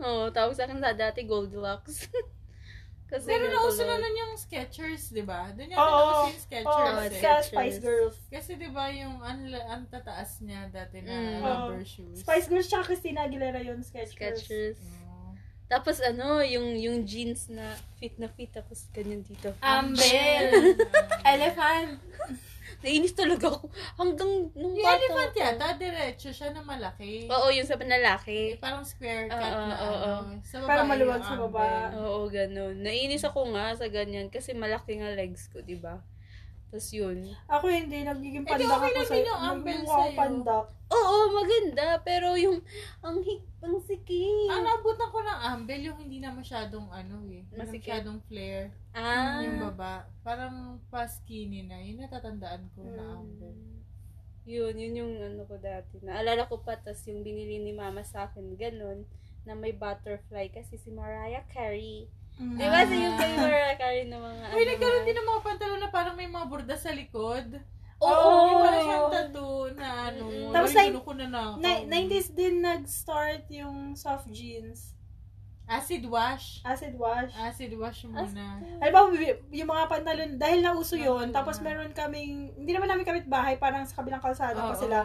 Oo, tawag sa akin na dati Goldilocks. Kasi
Pero
ganun
nauso na
kulot.
nun yung Skechers, di ba? Doon yung
Oo.
nauso yung
Oh,
Skechers. eh.
sa Spice Girls.
Kasi di ba yung ang, ang tataas niya dati na
Mm.
rubber shoes.
Oh. Spice Girls tsaka Christina Aguilera yun, Sketch Girls.
Skechers.
Oo.
Tapos ano, yung yung jeans na fit na fit tapos ganyan dito.
Ambel.
Mm.
Elephant.
Nainis talaga ako hanggang nung
Yung
bata
elephant
ako.
yata, diretso siya na malaki.
Oo, yung sa
Eh,
panlalaki.
parang square cut
Oo,
na
oo,
ano. Sa
Para
babae
maluwag
yung
sa
ambel.
baba.
Oo, ganun. Nainis ako nga sa ganyan kasi malaki nga legs ko, 'di ba? Tapos yun.
Ako hindi, nagiging
Eh, di
pandak
okay
ako
lang
sa...
din yung ambel
nagmumukha akong
sa'yo.
pandak.
Oo, maganda pero yung ang hik ang sikip.
Ang nabutan ko ng ambel, yung hindi na masyadong ano eh. Hindi na
Masikip.
masyadong flare.
Ah.
Yung baba. Parang pa-skinny na. Yun natatandaan ko na
Hmm.
ambel.
Yun, yun yung ano ko dati. Naalala ko pa, tas yung binili ni mama sa akin, ganun, na may butterfly kasi si Mariah Carey.
Mm.
Di ba si yung kay Mariah Carey na mga ano?
Uy, nagkaroon din ng mga pantalon na parang may mga burda sa likod. Oo, yung parang siyang tattoo na ano.
Mm-mm.
Tapos
Ay, gulo
like,
ko na na
Na- 90s din nag-start yung soft jeans.
Acid wash.
Acid wash.
Acid wash muna.
Alam mo, y- yung mga pantalon, dahil nauso
Oo,
yun, tapos
oo.
meron kaming, hindi naman namin kapit bahay, parang sa kabilang kalsada
Oo. Ano?
pa sila.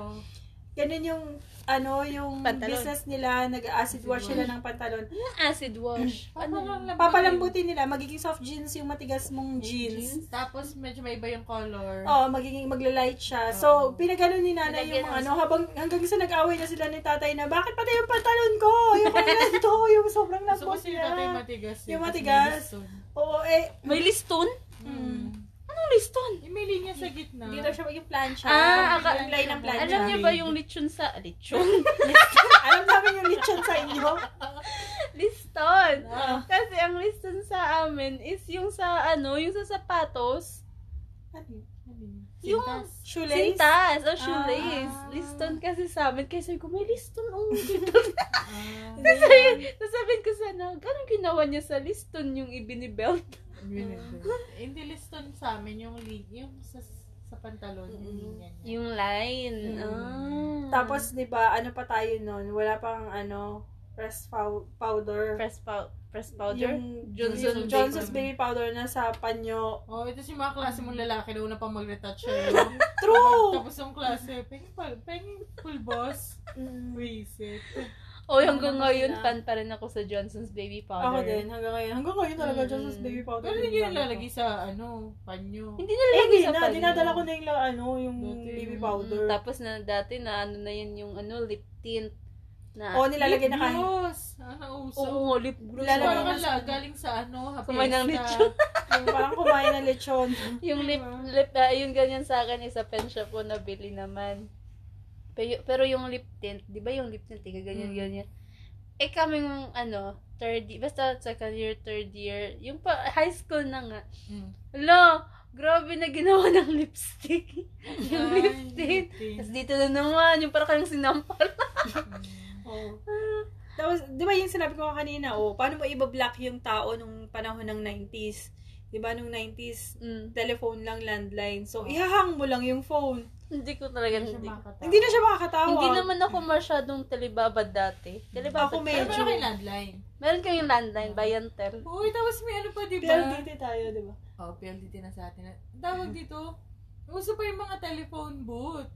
Ganun yung, ano, yung
Pantalon.
business nila,
Acid
nag-acid wash sila
wash. Ano
ng pantalon.
acid wash. ano?
Papalambutin.
Papalambutin nila, magiging soft jeans yung matigas mong jeans. Oh,
Tapos medyo may iba yung color.
Oo, magiging magla-light siya.
Oo.
So, pinagano ni nanay yung mga
Pinagganon.
ano, habang hanggang sa nag-away na sila ni tatay na, bakit pati yung pantalon ko? Yung pantalon to, yung sobrang
Gusto ko
lambot
sila natin yung
niya.
matigas. eh,
Yung
tapos
matigas.
may liston.
Oo, eh,
May liston?
Mm.
Anong liston?
Yung may linya sa gitna.
hindi daw siya maging plancha.
Ah,
Magiging
aka-
line ng plancha.
Alam niyo ba yung lechon sa... ah, Lechon?
Alam namin yung lechon sa inyo.
liston!
Ah.
Kasi ang liston sa amin is yung sa ano, yung sa sapatos. Yung
Sintas.
Shoelace?
Sintas o shoelace.
Ah.
Liston kasi sa amin. Kaya sabi ko, may liston. Oh,
Ah,
Nasabihin ko sana, ganun ginawa niya sa liston yung ibinibelt.
yun yun. Hindi liston sa amin yung li- yung sa sa pantalon yung linya niya.
Yung line. Ah.
Mm.
Tapos, di ba, ano pa tayo nun? Wala pang, ano, press pow- powder.
press, pow- press powder.
Yung
Johnson-
Johnson's baby powder na sa panyo.
Oh, ito si mga klase mong lalaki na una pang mag-retouch eh, siya.
True!
Tapos yung klase, penging, pal- penging full boss.
Mm.
Reset.
O oh, hanggang
Ano ba
ngayon,
sila?
fan pa rin ako sa Johnson's baby
Ako
powder.
din, hanggang ngayon. Hanggang ngayon talaga,
Mm.
Johnson's baby powder.
Pero
yung
hindi yun
gamit ko.
lalagay sa, ano, panyo.
Hindi
Eh,
nilalagay
hindi
sa
na.
palyo.
Dinadala ko na yung, la- ano, yung
Dati.
baby
Mm,
powder.
Mm, tapos na dati na ano na yan yung ano lip tint na
Oo, nilalagay na kahit.
Gloss. Ano, uso.
Oo, lip gloss.
Parang
Lalagay
Parang
Oh, na-
wala, galing sa ano, ha,
Kumain ng
fiesta.
lechon.
Yung parang kumain ng lechon.
yung lip
Diba?
lip ah, yung ganyan sa akin isa pen shop ko nabili naman. Pero, pero yung lip tint, 'di ba yung lip tint tiga ganyan
Mm.
ganyan. Eh kaming ano, third year, basta second year, third year, yung pa, high school na nga.
Mm.
Lo, grabe na ginawa ng lipstick. yung
Ay,
lip tint.
lip tint.
Tapos dito na naman, yung parang kayong sinampal.
Oh. Tapos, di ba yung sinabi ko kanina, oh, paano mo ibablock yung tao nung panahon ng 90s? Di ba, nung 90s,
Mm.
telephone lang landline. So, ihahang mo lang yung phone.
Hindi ko talaga,
Hindi siya
hindi.
makatawag.
Hindi na siya makakatawag.
Hindi naman ako masyadong telebabad dati. Telebabad.
Ako
Pero
medyo.
meron kay landline.
Meron kayong landline, Bayantel.
Uy, tapos may ano pa, di ba?
PLDT tayo, di ba?
Oh, PLDT na sa atin. Ang Tawag
Mm-hmm.
dito, uso pa yung mga telephone booth.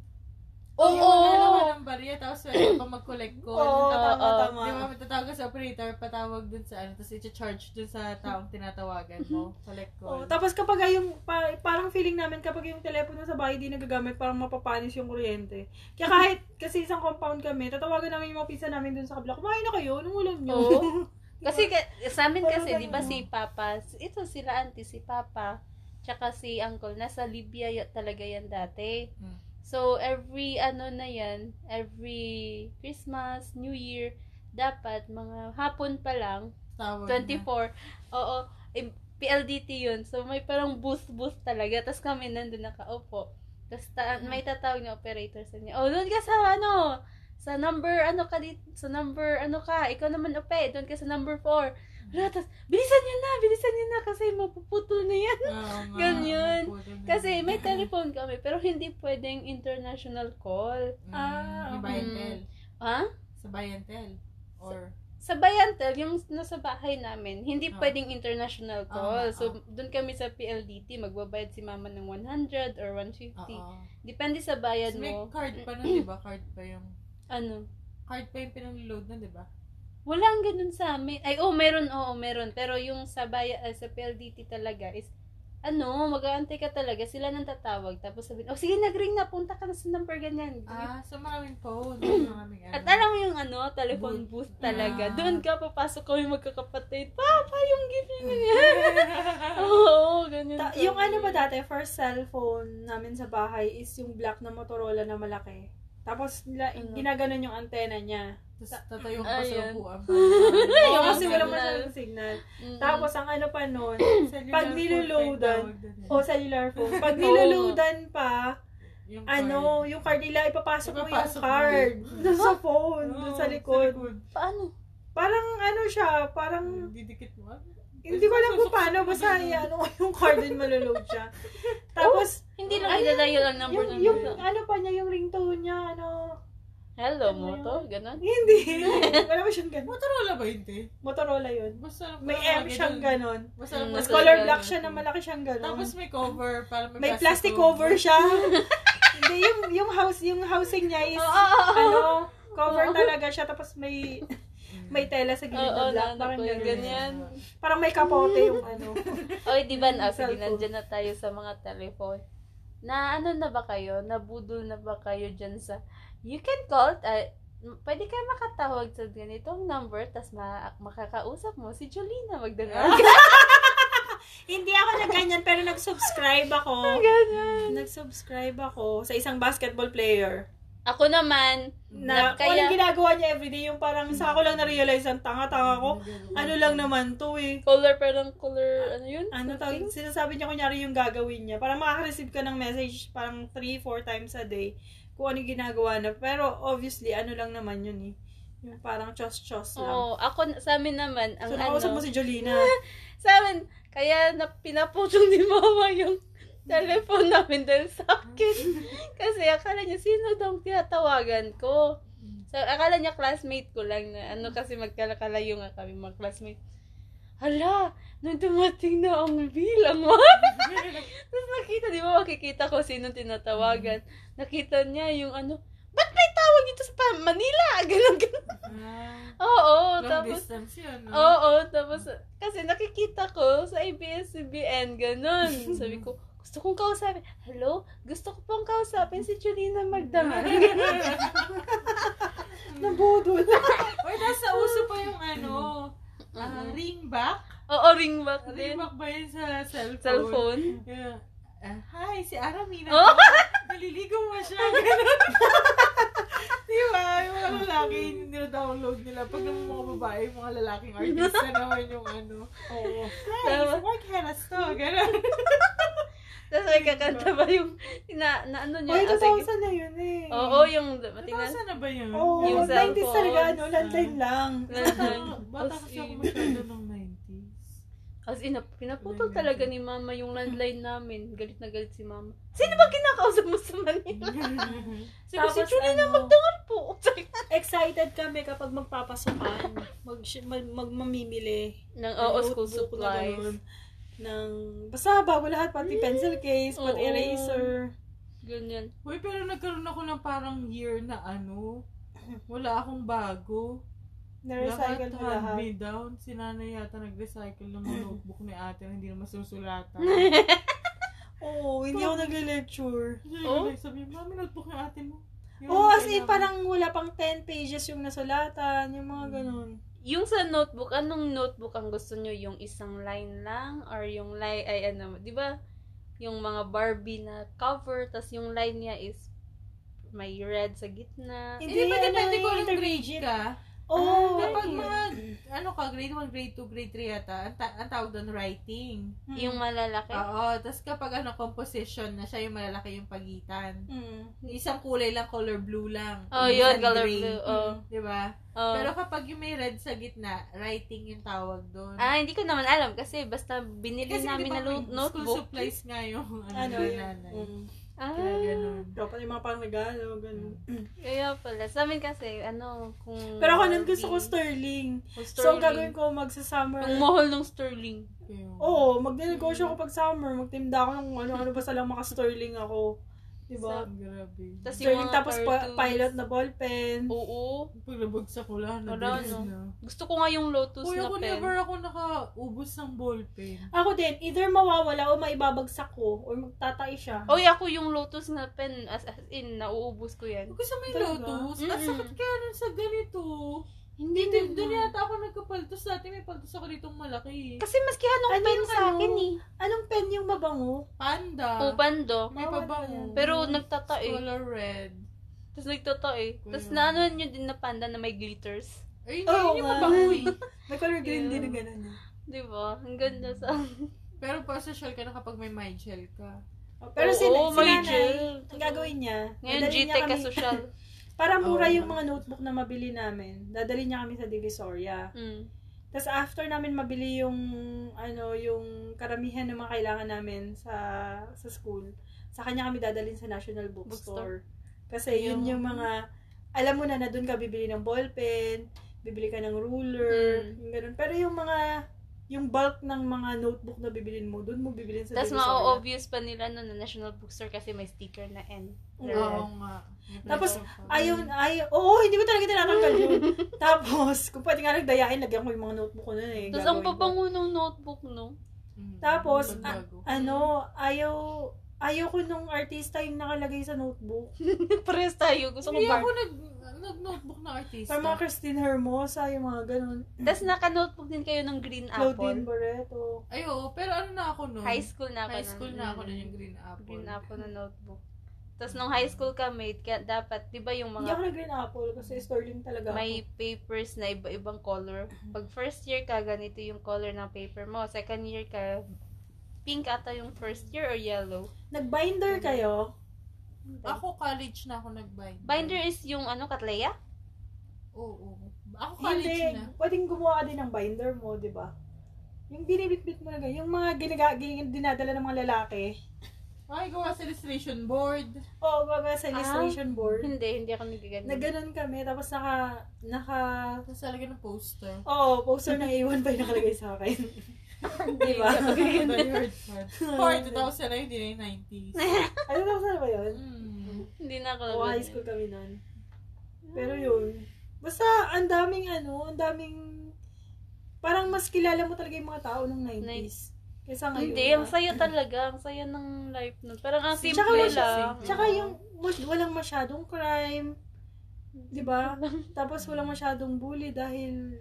Oo!
Yung mga ano, walang barya, tapos pwede ka mag-collect call.
Oo, tama,
oo.
tama.
Di ba, matatawag ka sa operator, patawag dun sa ano, tapos i-charge dun sa
Mm-hmm.
taong tinatawagan mo. Collect
Oo,
call.
tapos kapag ay yung, pa- parang feeling namin kapag yung telepono sa bahay di nagagamit, parang mapapanis yung kuryente. Kaya kahit, kasi isang compound kami, tatawagan namin yung mga pinsan namin dun sa kabila, kumain na kayo, anong ulam nyo?
Oo. Kasi ka- sa amin
Parang
kasi, di ba
ganun.
si Papa, si- ito sila auntie, si Papa, tsaka si Uncle, nasa Libya ya- talaga yan dati.
Mm.
So, every ano na yan, every Christmas, New Year, dapat mga hapon pa lang,
Tawag na.
24, oo, eh, PLDT yun. So, may parang booth-booth talaga. Tapos kami nandun nakaupo. Tapos ta- may tatawag na operator sa niya. Oh, doon ka sa ano, sa number, ano ka dito, sa number, ano ka, ikaw naman upe, doon ka sa number 4. Tapos, bilisan niyo na, bilisan niyo na kasi mapuputol na yan.
Oo nga,
Ganyan.
ang putol na.
Kasi may telephone kami, pero hindi pwedeng international call.
Mm,
Ah,
yung
okay.
Mm-hmm.
Bayantel.
Ha?
Sa Bayantel. Or,
sa Bayantel, yung nasa bahay namin, hindi
Ah.
pwedeng
Ah,
international call.
ah.
so, doon kami sa PLDT, magbabayad si mama ng 100 or 150.
oo.
Depende sa bayad
Tapos Ah, may
mo.
card pa nun, di ba? Card pa yung,
Ano?
card pa yung pinang-load nun, di ba?
Walang ganun sa amin. Ay, oh, meron, oo, meron. Pero yung sa, baya, ah, sa PLDT talaga is, ano, mag-aantay ka talaga. Sila nang tatawag. Tapos sabihin, oh, sige, nag-ring na. Punta ka na sa number ganyan.
Ah, so maraming phone. maraming ano.
At alam mo yung ano, telephone booth talaga.
Ah.
Doon ka papasok kami magkakapatid. Papa, yung gift niya ganyan. Oo, ganyan.
Ta-
kami.
yung ano ba dati, first cellphone namin sa bahay is yung black na Motorola na malaki. Tapos nila,
Ano?
ginaganon yung antena niya.
Tapos tatayo pa sa
Ayan.
upuan.
Oo,
yung
kasi wala
signal.
masyadong signal.
Mm.
Tapos ang ano pa nun,
Pag
niloloadan, o cellular phone, pag
Oo.
niloloadan pa,
yung
ano, yung card nila, ipapasok,
Ipapasok
mo
mo.
yung
Oh,
card dun sa phone,
card.
dun
Oo,
sa likod.
Paano?
Parang ano siya, parang,
Didikit mo. ah.
hindi ko alam kung
Susuksukin
paano,
mo
basta
dun.
ano yung card din maloload siya. Tapos,
Hindi lang
Ay,
ilalayo lang Oh, number
yung,
ng
yung
number.
ano pa niya, yung ringtone niya, ano,
Hello,
ano
mo to? Ganon?
hindi. Wala ba siyang ganun?
Motorola ba hindi?
Motorola yun.
Basta lang
May
parang
M
lagi
siyang
dun.
ganun.
Basta lang
Mm.
Mas
basta
color
lang
black
ganun.
siya na malaki siyang ganun.
Tapos may cover. Para may,
May plastic cover siya. Hindi, yung, yung house, yung housing niya is,
Oo, oo, oo.
ano, cover
Oo.
talaga siya, tapos may,
Mm.
may tela sa gilid na
Oo,
black.
naanak
Parang
ko yung
ganyan.
ganyan.
Parang may kapote yung ano.
Oy, di ba na? Sige,
Cellphone.
nandyan na tayo sa mga telephone. Na ano na ba kayo? Nabudol na ba kayo dyan sa... You can call... ah, m- pwede kayo makatawag sa ganitong number tas ma- makakausap mo si
Ah.
Jolina Magdalena.
Hindi ako na ganyan, pero nag-subscribe ako.
Ganyan.
Nag-subscribe ako sa isang basketball player.
Ako naman,
Na,
Nap- kaya-
walang ginagawa niya everyday, yung parang sa ako lang na-realize ang tanga-tanga ko. Ano lang naman to eh.
color pa ng color, ano yun?
Ano tawag,
Something?
sinasabi niya kunyari yung gagawin niya. Parang makaka-receive ka ng message parang 3-4 times a day kung ano yung ginagawa na. Pero obviously, ano lang naman yun eh. Yung parang chos-chos lang.
Oo, ako, sa amin naman, ang
so,
ano...
nakausap mo si Jolina.
Sa amin, kaya na, pinaputong ni mama yung telephone namin dahil sa akin. Kasi akala niya, sino daw ang tinatawagan ko? So, akala niya classmate ko lang na ano kasi magkalakalayo nga kami mga classmate. Hala, nung dumating na ang bilang mo. Tapos nakita, di ba makikita ko sino tinatawagan. Nakita niya yung ano, ba't may tawag dito sa pa- Manila? Ganun, ganun. Oo,
Long
tapos Oh.
distance yun. no?
Oo, tapos, kasi nakikita ko sa ABS-CBN, ganun. Sabi ko, gusto kong kausapin. Hello? Gusto ko pong kausapin si Julina Magdamag.
Nabudol.
Uy, nasa uso pa yung ano, ah, ring back.
Oo, ring back
Ring
din.
back ba yun sa cellphone?
Cellphone.
Yeah. Ah, hi, si Aramina.
Oh!
Oh! Naliligaw mo siya. Ganun. Di ba? Yung mga lalaki, nila-download nila. Pag yung mga babae, yung mga lalaking artist na naman yung ano.
Oo.
Hi,
Tama.
Tama. why can't I stop? Ganun.
Tapos may kakanta ba yung na, na ano niya?
Oy,
Ah,
2000
sige.
na yun eh.
Oo, yung matingnan.
Nasa na ba yun?
Oo,
Yung
Yung- Mm.
sa-
90s talaga, ano,
cellphones.
landline lang.
Bata- Bata
As
kasi ako
in.
masyado ng 90s.
As in, nap- pinaputol talaga ni mama yung landline namin. Galit na galit si mama. Sino ba kinakausap mo sa Manila
Sabi si Julie na
po?
Excited kami kapag magpapasukan, mag, mag, mag mamimili.
Nang
ng
oo, school
notebook na ganun.
supplies.
Ng, basta bago lahat, pati pencil case, pati
Oo.
eraser.
Ganyan.
Uy, pero nagkaroon ako ng parang year na ano, wala akong bago.
Na-recycle mo lahat.
me down. Si nanay yata nag-recycle ng mga notebook ni ate na hindi na masusulatan.
Oo, hindi ako nagle-lecture.
oh? Sabi, mami, notebook ng ate mo. Yun,
Oo, as
Hmm,
in,
kailangan."
parang wala pang 10 pages yung nasulatan, yung mga ganun.
Yung sa notebook, anong notebook ang gusto nyo? Yung isang line lang? Or yung line, ay ano, di ba? Yung mga Barbie na cover, tas yung line niya is may red sa gitna.
Hindi ba depende
eh,
kung anong grade
intermediate.
ka?
Oo.
Ah,
Kapag mga, ano ka, grade 1, grade 2, grade 3 yata, ang, ta- ang tawag doon writing.
Mm.
Yung malalaki.
Oo, tapos kapag ano, composition na siya, yung malalaki yung pagitan.
Mm.
Isang kulay lang, color blue lang.
Hmm. Oh,
Yung
yun,
isang
color
gray.
blue. Oh.
Hmm.
Diba?
oh.
Pero kapag yung may red sa gitna, writing yung tawag doon.
ah, hindi ko naman alam kasi basta binili
di
namin
ba
na
diba
lo-
may School
notebook.
supplies nga yung ano,
Ano
yung
yun?
nanay.
Mm.
Kaya
Ah,
ganun.
Dapat yung mga parang regalo, ganun.
kaya pala. Sa amin kasi, ano, kung...
Pero ako nun gusto ko
Barbie,
sterling.
kung
So, ang gagawin ko magsa-summer.
Ang mahal ng sterling.
Kaya-
Oo, magne-negosyo ako pag summer. Magtimda ako ng kung ano-ano basta lang maka-sterling ako. Diba?
Sa-
Grabe.
Tas yung
sterling
mga
tapos pa-
cartoons.
pilot na ballpen.
Oo.
Pag nabagsak ko lang,
Wala,
nabilis
no?
na.
Gusto ko nga yung Lotus
Kuya
na
ko
pen.
never ako nakaubos ng ballpen.
Ako din, either mawawala o maibabagsak ko or magtatay siya.
Oy, ako yung Lotus na pen. As, as in, nauubos ko yan.
Gusto mo yung
Talaga?
lotus? Ang
Mm-mm.
sakit kaya nun sa ganito.
Hindi
Hindi,
din.
doon yata ako nagkapaltos. Dati may paltos ako dito malaki.
Kasi maski anong
Ano
pen
yung
sa
ano?
akin eh.
Anong pen yung mabango?
Oh,
Panda.
Ubando.
May
Bawal
pabango.
yan.
Pero eh. nagtatae.
Color red.
Tapos nagtatae.
Kuya.
Tapos naanohan nyo din na panda na may glitters.
Ay, hindi,
Oo
hindi
nga.
mabango eh.
May color green
Yeah.
din na gano'n. eh.
Di ba? Ang ganda sa...
Pero pa social ka na kapag may my gel ka.
Oh, Pero si,
Oo,
si
may
nanay,
gel.
eh. ang gagawin niya,
Ngayon,
dadalhin niya
GTech ka
kami-
social.
Para mura
Oo.
yung mga notebook na mabili namin, dadali niya kami sa Divisoria.
Mm.
Tapos after namin mabili yung ano yung karamihan ng mga kailangan namin sa sa school, sa kanya kami dadalhin sa National Bookstore. Kasi yun
Ayun.
yung mga alam mo na na doon ka bibili ng ballpen, bibili ka ng ruler,
Mm.
yung ganun. Pero yung mga yung bulk ng mga notebook na bibilin mo, doon mo bibilin sa
Tapos
Divisoria.
ma-obvious pa nila no, na National Bookstore kasi may sticker na N.
Oo.
Oo nga.
Tapos,
Nagkapaltos.
Ayun, ayun. Oo, hindi ko talaga tinatanggal yun. Tapos, kung pwede nga nagdayain, lagyan ko yung mga notebook ko nun eh.
Tapos ang
gagawin ko.
pabango ng notebook, no?
Mm-hmm.
Mm,
Tapos,
pagbago.
ano, ayaw, ayaw ko nung artista yung nakalagay sa notebook.
Pares tayo. Gusto ko
Hindi
bar.
ako nag, nag-notebook na artista.
Sa mga Christine Hermosa, yung mga ganun.
Tapos naka-notebook din kayo ng Green
Claudine
Apple.
Barreto.
Ay, oo, pero ano na ako nun?
High school na ako.
High
nun.
school na ako nun
Mm.
yung green apple.
Green Apple na notebook. Tapos nung high school kami, kaya dapat, di ba yung
Hindi ako
mga
na Green Apple kasi Sterling talaga ako.
may papers na iba-ibang color. Pag first year ka, ganito yung color ng paper mo. Second year ka, pink ata yung first year or yellow.
Nag-binder kayo.
Ako college na ako nag-binder.
Binder is yung ano, katleya?
Oo. oo. Ako college
Hindi,
na.
pwedeng gumawa ka din ng binder mo, di ba? Yung binibitbit mo na ganyan. Yung mga ginaga, gin- dinadala ng mga lalaki.
Ay, gawa sa illustration board.
Oo, baga sa
Ah.
illustration board.
Hindi, hindi ako nagagano.
Na ganun kami. Tapos naka, naka,
Tapos talaga ng poster.
oo, poster ng A1 pa yung nakalagay sa akin. di ba?
Die Hard part. For 2000 na yun, hindi na yung 90s.
Ano na saan ba yun?
Mm.
hindi na ako
Oo, high
nagagano.
school kami nun. Pero yun. Basta, ang daming ano, ang daming... Parang mas kilala mo talaga yung mga tao nung 90s. Kaysa ngayon. diba?
Hindi, ang saya talaga. Ang saya ng life nun. Parang ang simple
Tsaka
wala-
lang.
Tsaka yung mas- walang masyadong crime. Di ba? Tapos walang masyadong bully dahil...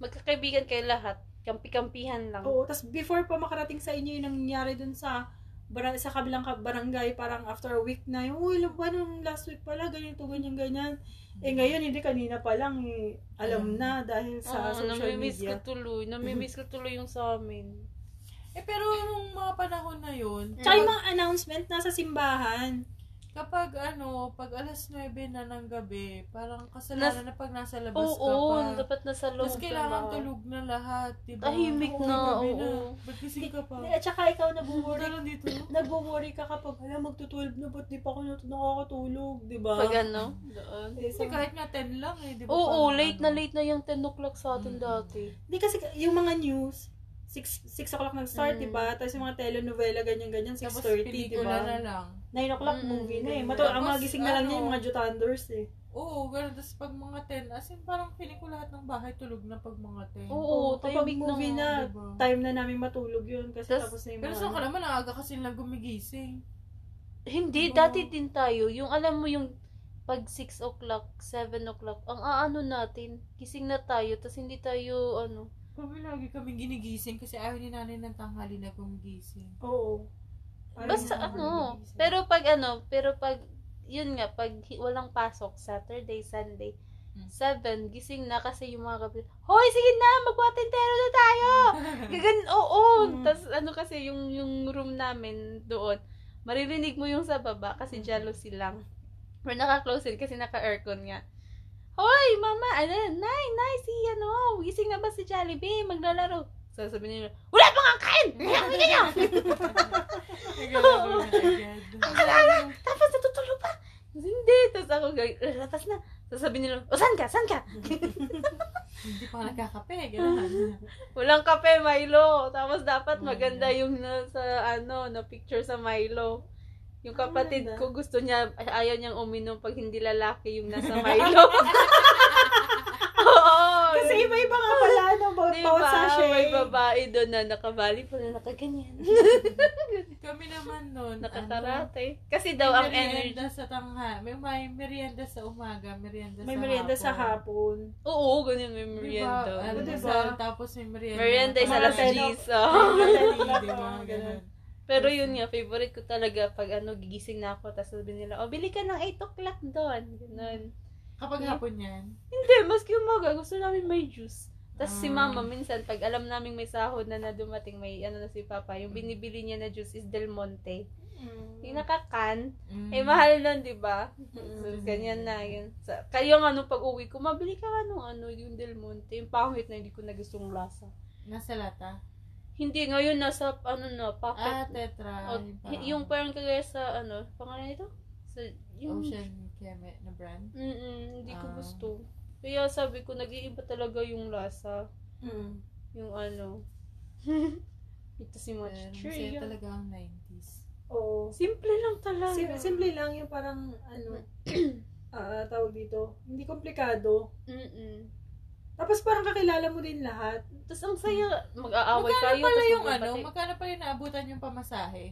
Magkakaibigan kayo lahat. Kampi-kampihan lang.
Oo, tas before pa makarating sa inyo yung nangyari dun sa bara- sa kabilang ka- barangay, parang after a week na, yung, uy, ilang buwan nung last week pala, ganito, ganyan, ganyan. Eh ngayon, hindi kanina pa lang, eh, alam na dahil sa
Oo,
social
namimiss
media.
ko tuloy. Namimiss ko tuloy yung sa amin.
Eh, pero nung mga panahon na yun,
Tsaka yung mga announcement nasa simbahan.
Kapag ano, pag alas 9 na ng gabi, parang kasalanan na pag nasa labas
Oo,
ka pa.
dapat nasa loob diba?
Tapos
ka
kailangan
na.
tulog na lahat, diba?
Tahimik na,
gabi na.
oo.
Ba't gising ka pa?
Eh, At saka ikaw
Huwag
nag-worry
na lang dito.
nagwo-worry ka kapag, ala, magto-12 na, ba't di pa ako nat- nakakatulog, di ba? Eh,
Pag ano, doon.
Kasi kahit nga 10 lang eh, di ba?
Oo,
Parang
late na
ano.
late na yung 10 o'clock sa
Mm.
atin dati.
Hindi kasi yung mga news, 6, 6 o'clock nag start,
Mm.
di ba? Tapos yung mga telenovela, ganyan-ganyan,
Tapos
6.30, di
pelikula na
ba?
lang.
9 o'clock
Mm,
movie na eh.
ganyan.
Mato, ang mga
Tapos,
gising na lang niya yung
ano,
mga Jutanders eh.
Oo, ganun. Tapos pag mga 10, as in parang feeling ko lahat ng bahay tulog na pag mga 10.
Oo,
Oo, kapag
tahimik na
movie
nga,
na,
diba?
time na namin matulog yun kasi
Tas-
tapos na yung
Pero
mga... ano.
saan ka naman, ang aga kasi lang gumigising.
Hindi,
Oo.
dati din tayo. Yung alam mo yung pag 6 o'clock, 7 o'clock, ang aano natin, gising na tayo, tapos hindi tayo, ano,
Kami lagi kami ginigising kasi ayaw ni nanay ng tanghali na gumigising.
Oo. Ayun
basta
na,
ano.
nag-iisip.
Pero pag ano, pero pag, yun nga, pag hi- walang pasok, Saturday, Sunday,
Mm.
7, gising na kasi yung mga kapatid, Hoy, sige na, magwatintero na tayo! Gagan, oo!
Mm.
Tapos ano kasi, yung, yung room namin doon, maririnig mo yung sa baba kasi jealousy lang. We're naka-close in kasi naka-aircon nga. Hoy, mama, ano, nay, nay, si ano, gising na ba si Jollibee? Maglalaro. Sasabihin nila, wala pa nga kain! Ngayon, ngayon!
Nagalaw na agad.
Wala, tapos natutulog pa. Hindi, tapos ako, gag- lalabas na. Sasabihin nila, o saan ka, saan ka?
Hindi pa ako nagkakape, gano'n.
Walang kape, Milo. Tapos dapat
Mm.
maganda yung na, sa ano, na picture sa Milo. Yung
Ah,
kapatid
maganda.
ko gusto niya, ay- ayaw niyang uminom pag hindi lalaki yung nasa Milo. Oo.
Kasi iba-iba nga pala, ano, bawat
Diba?
bawat sachet.
eh.
May babae doon na nakabali pa na
Ano?
nakaganyan.
Kami naman nun,
Nakakarate. Kasi
ano,
daw ang
may
energy.
merienda sa tangha. May, may merienda sa umaga, merienda
May
sa
merienda sa
hapon.
hapon.
Oo, ganyan may
Diba?
merienda.
Ano,
Diba?
sa- Tapos may merienda.
Merienda is
Mga
alas
ten
10.
May
oh.
mga
Hindi,
telenovela,
mga ganun.
ganun.
Pero yun nga, favorite ko talaga pag ano, gigising na ako, tapos sabi nila, oh, bili ka ng 8 o'clock doon. Ganun.
Kapag hapon yan,
Hindi, maski umaga, gusto namin may juice. Tapos si
Ah.
mama, minsan, pag alam namin may sahod na na dumating, may ano na si papa, yung binibili niya na juice is Del Monte. Yung nakakan,
mm,
eh mahal nun, di ba? So,
Mm.
ganyan na, yun. Sa, kaya nga nung pag-uwi ko, mabili ka nga nung ano, yung Del Monte, yung pangit na hindi ko na gustong lasa.
nasa lata.
Hindi, ngayon nasa, ano na, packet.
Ah, tetra.
O, Oh, y- yung parang kagaya sa ano, pangalan nito? Sa yung
Ocean Keme na brand.
Mm-mm, hindi ko
Ah.
gusto. Kaya sabi ko nag-iiba talaga yung lasa,
Mm.
yung ano. Ito si Match
Pero
Tree.
Masaya talaga ang 90s.
Oo.
Simple lang talaga.
Sim- simple lang yung parang, ano, ah tawag dito, hindi komplikado.
Mm-mm.
Tapos parang kakilala mo din lahat.
Tapos ang saya, mag-aaway
magkano
kayo.
pala
tas
yung ano?
magbabati.
Magkano pala yung naabutan yung pamasahe?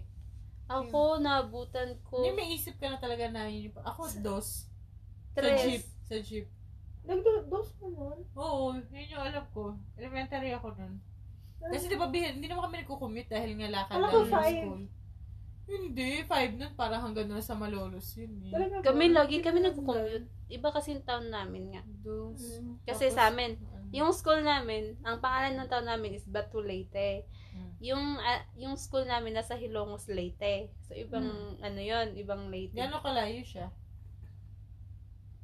Ako, naabutan ko.
Hindi, may isip ka na talaga na yun. yung- Ako, dos. Sa jeep.
Tres.
Sa jeep.
Nagdos mo nun?
Oo, yun yung alam ko. Elementary ako nun. Kasi di ba, bihin- hindi naman kami nagko-commute dahil nga lakad
Alam
lang
ko,
yung
five.
school. Hindi, five nun. Para hanggang nun sa Malolos yun eh.
Talaga ba?
Kami lagi, kami
Hindi
nagko-commute. Iba kasi yung town namin nga.
Dos.
Mm.
Kasi
Tapos,
sa amin,
ano,
Yung school namin, ang pangalan ng town namin is Batu Leyte.
Mm.
Yung ah, yung school namin nasa Hilongos Leyte. So ibang
Hmm.
ano 'yon, ibang Leyte.
Gano'ng kalayo siya?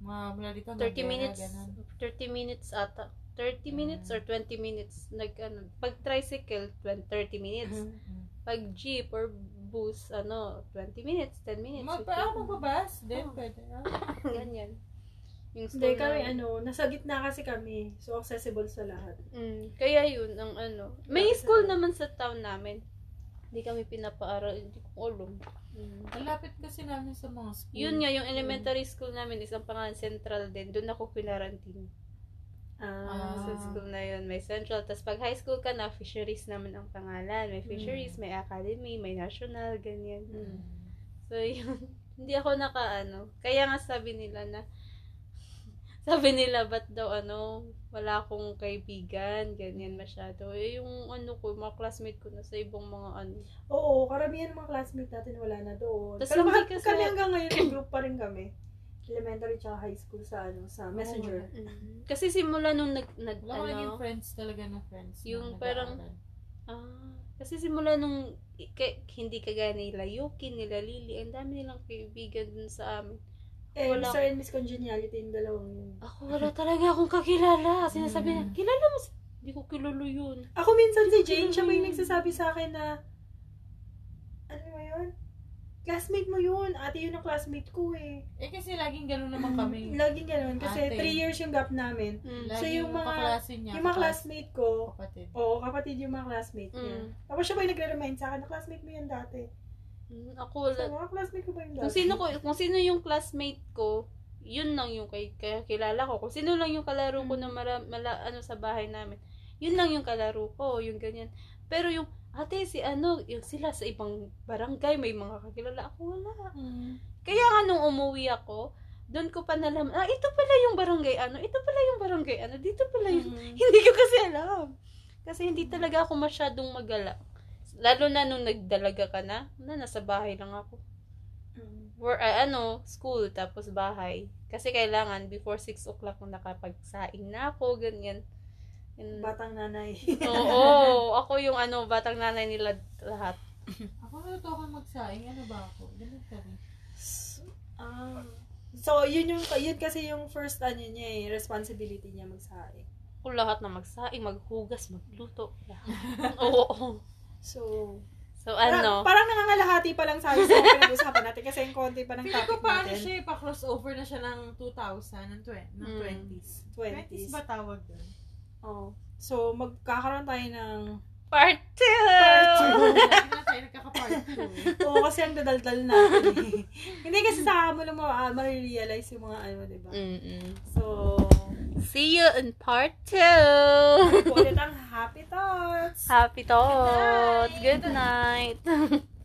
Mga mula dito.
30
Noguera,
minutes,
ganun. Hmm.
30 minutes ata. 30 minutes or 20 minutes nag ano, pag tricycle 20, 30 minutes,
Mm.
pag jeep or bus ano 20 minutes, 10 minutes.
Mag,
15,
ah, magbabas din,
Oh.
pwede. Ah.
ganyan. Yung
Hindi,
school
kami
namin.
ano, nasa gitna kasi kami. So, accessible sa lahat.
Mm, kaya yun ang ano. May school naman sa town namin. Hindi kami pinapaaral, hindi ko alam.
Hmm.
Mm.
Malapit kasi namin sa mga school.
Yun nga, yung elementary school namin is ang pangalan Central din. Doon ako kinarantin.
Ah.
Sa school na yun, may Central. Tapos pag high school ka na, fisheries naman ang pangalan. May fisheries, may academy, may national, ganyan.
Mm.
So yun, hindi ako nakaano. Kaya nga sabi nila na, sabi nila, ba't daw ano, wala akong kaibigan, ganyan masyado. Eh, yung ano ko, mga classmate ko na sa ibang mga ano.
Oo, karamihan ng mga classmate natin wala na doon.
Tas
Pero
hindi
bakit
kasi-
kami hanggang ngayon, may group pa rin kami. Elementary tsaka high school sa ano, sa messenger.
Kasi simula nung nag, nag
Wala ko naging
ano,
friends talaga na friends. na
Yung
nag-aaral.
parang- ah, Kasi simula nung i- kay- hindi kagaya nila Yuki, nila Lily, ang dami nilang kaibigan dun sa amin.
Eh,
Wala.
Mr. and Miss Congeniality yung dalawang yun.
Ako wala talaga akong kakilala. Sinasabi niya,
Mm.
kilala mo si... Hindi ko kilala yun.
Ako minsan si Jane, siya may nagsasabi sa akin na, ano mo yun? Classmate mo yun. Ate yun ang classmate ko eh.
Eh kasi laging ganun naman kami.
Laging ganun. Kasi
Ate.
3 years yung gap namin.
Mm.
Laging
Mm. yung mga-
kaklase niya.
Yung mga
kaklase-
classmate ko,
Kapatid.
oo, kapatid yung mga classmate niya.
Mm.
Tapos siya ba yung nagre-remind sa akin na classmate mo yun dati?
Mm, Ako wala.
So, mga classmate ko ba yun dati?
Kung sino ko, kung sino yung classmate ko, yun lang yung kay, kaya kilala ko. Kung sino lang yung kalaro ko na mara, mala, ano sa bahay namin, yun lang yung kalaro ko, yung ganyan. Pero yung ate si ano, yung sila sa ibang barangay may mga kakilala ako wala.
Mm.
Kaya nga nung umuwi ako, doon ko pa nalaman, ah, ito pala yung barangay ano, ito pala yung barangay ano, dito pala yung
Mm.
hindi ko kasi alam. Kasi hindi talaga ako masyadong magala. Lalo na nung nagdalaga ka na, na nasa bahay lang ako
Mm.
work, ah, ano, school, tapos bahay. Kasi kailangan, before 6 o'clock na nakapagsaing na ako, ganyan. And-
Batang nanay.
Oo, ako yung ano, batang nanay nila lahat.
Ako natuto akong magsaing. Ano ba ako? Ganun kami.
Ah. so, yun yung, yun kasi yung first, ano niya eh, responsibility niya magsaing.
Ako lahat na magsaing, maghugas, magluto. lahat. Oo, oo.
So,
So,
parang,
ano,
parang nangangalahati pa lang sa akin sa mga pinag-usapan natin kasi yung konti pa ng
Feeling ko
topic
pa ano
natin.
siya, eh, pa-crossover na siya ng 2000, ng, twen- ng
Mm.
20s.
20s.
20s Hmm. ba tawag doon?
Oh. So, magkakaroon tayo ng...
part 2!
Part
Hindi na tayo nagkaka-part 2.
Oo, kasi ang dadaldal natin eh. Hindi kasi sa mo lang ma- ah, ma-realize yung mga ano, diba? So,
See you in part 2!
ulit ang happy thoughts!
Happy thoughts! Good night!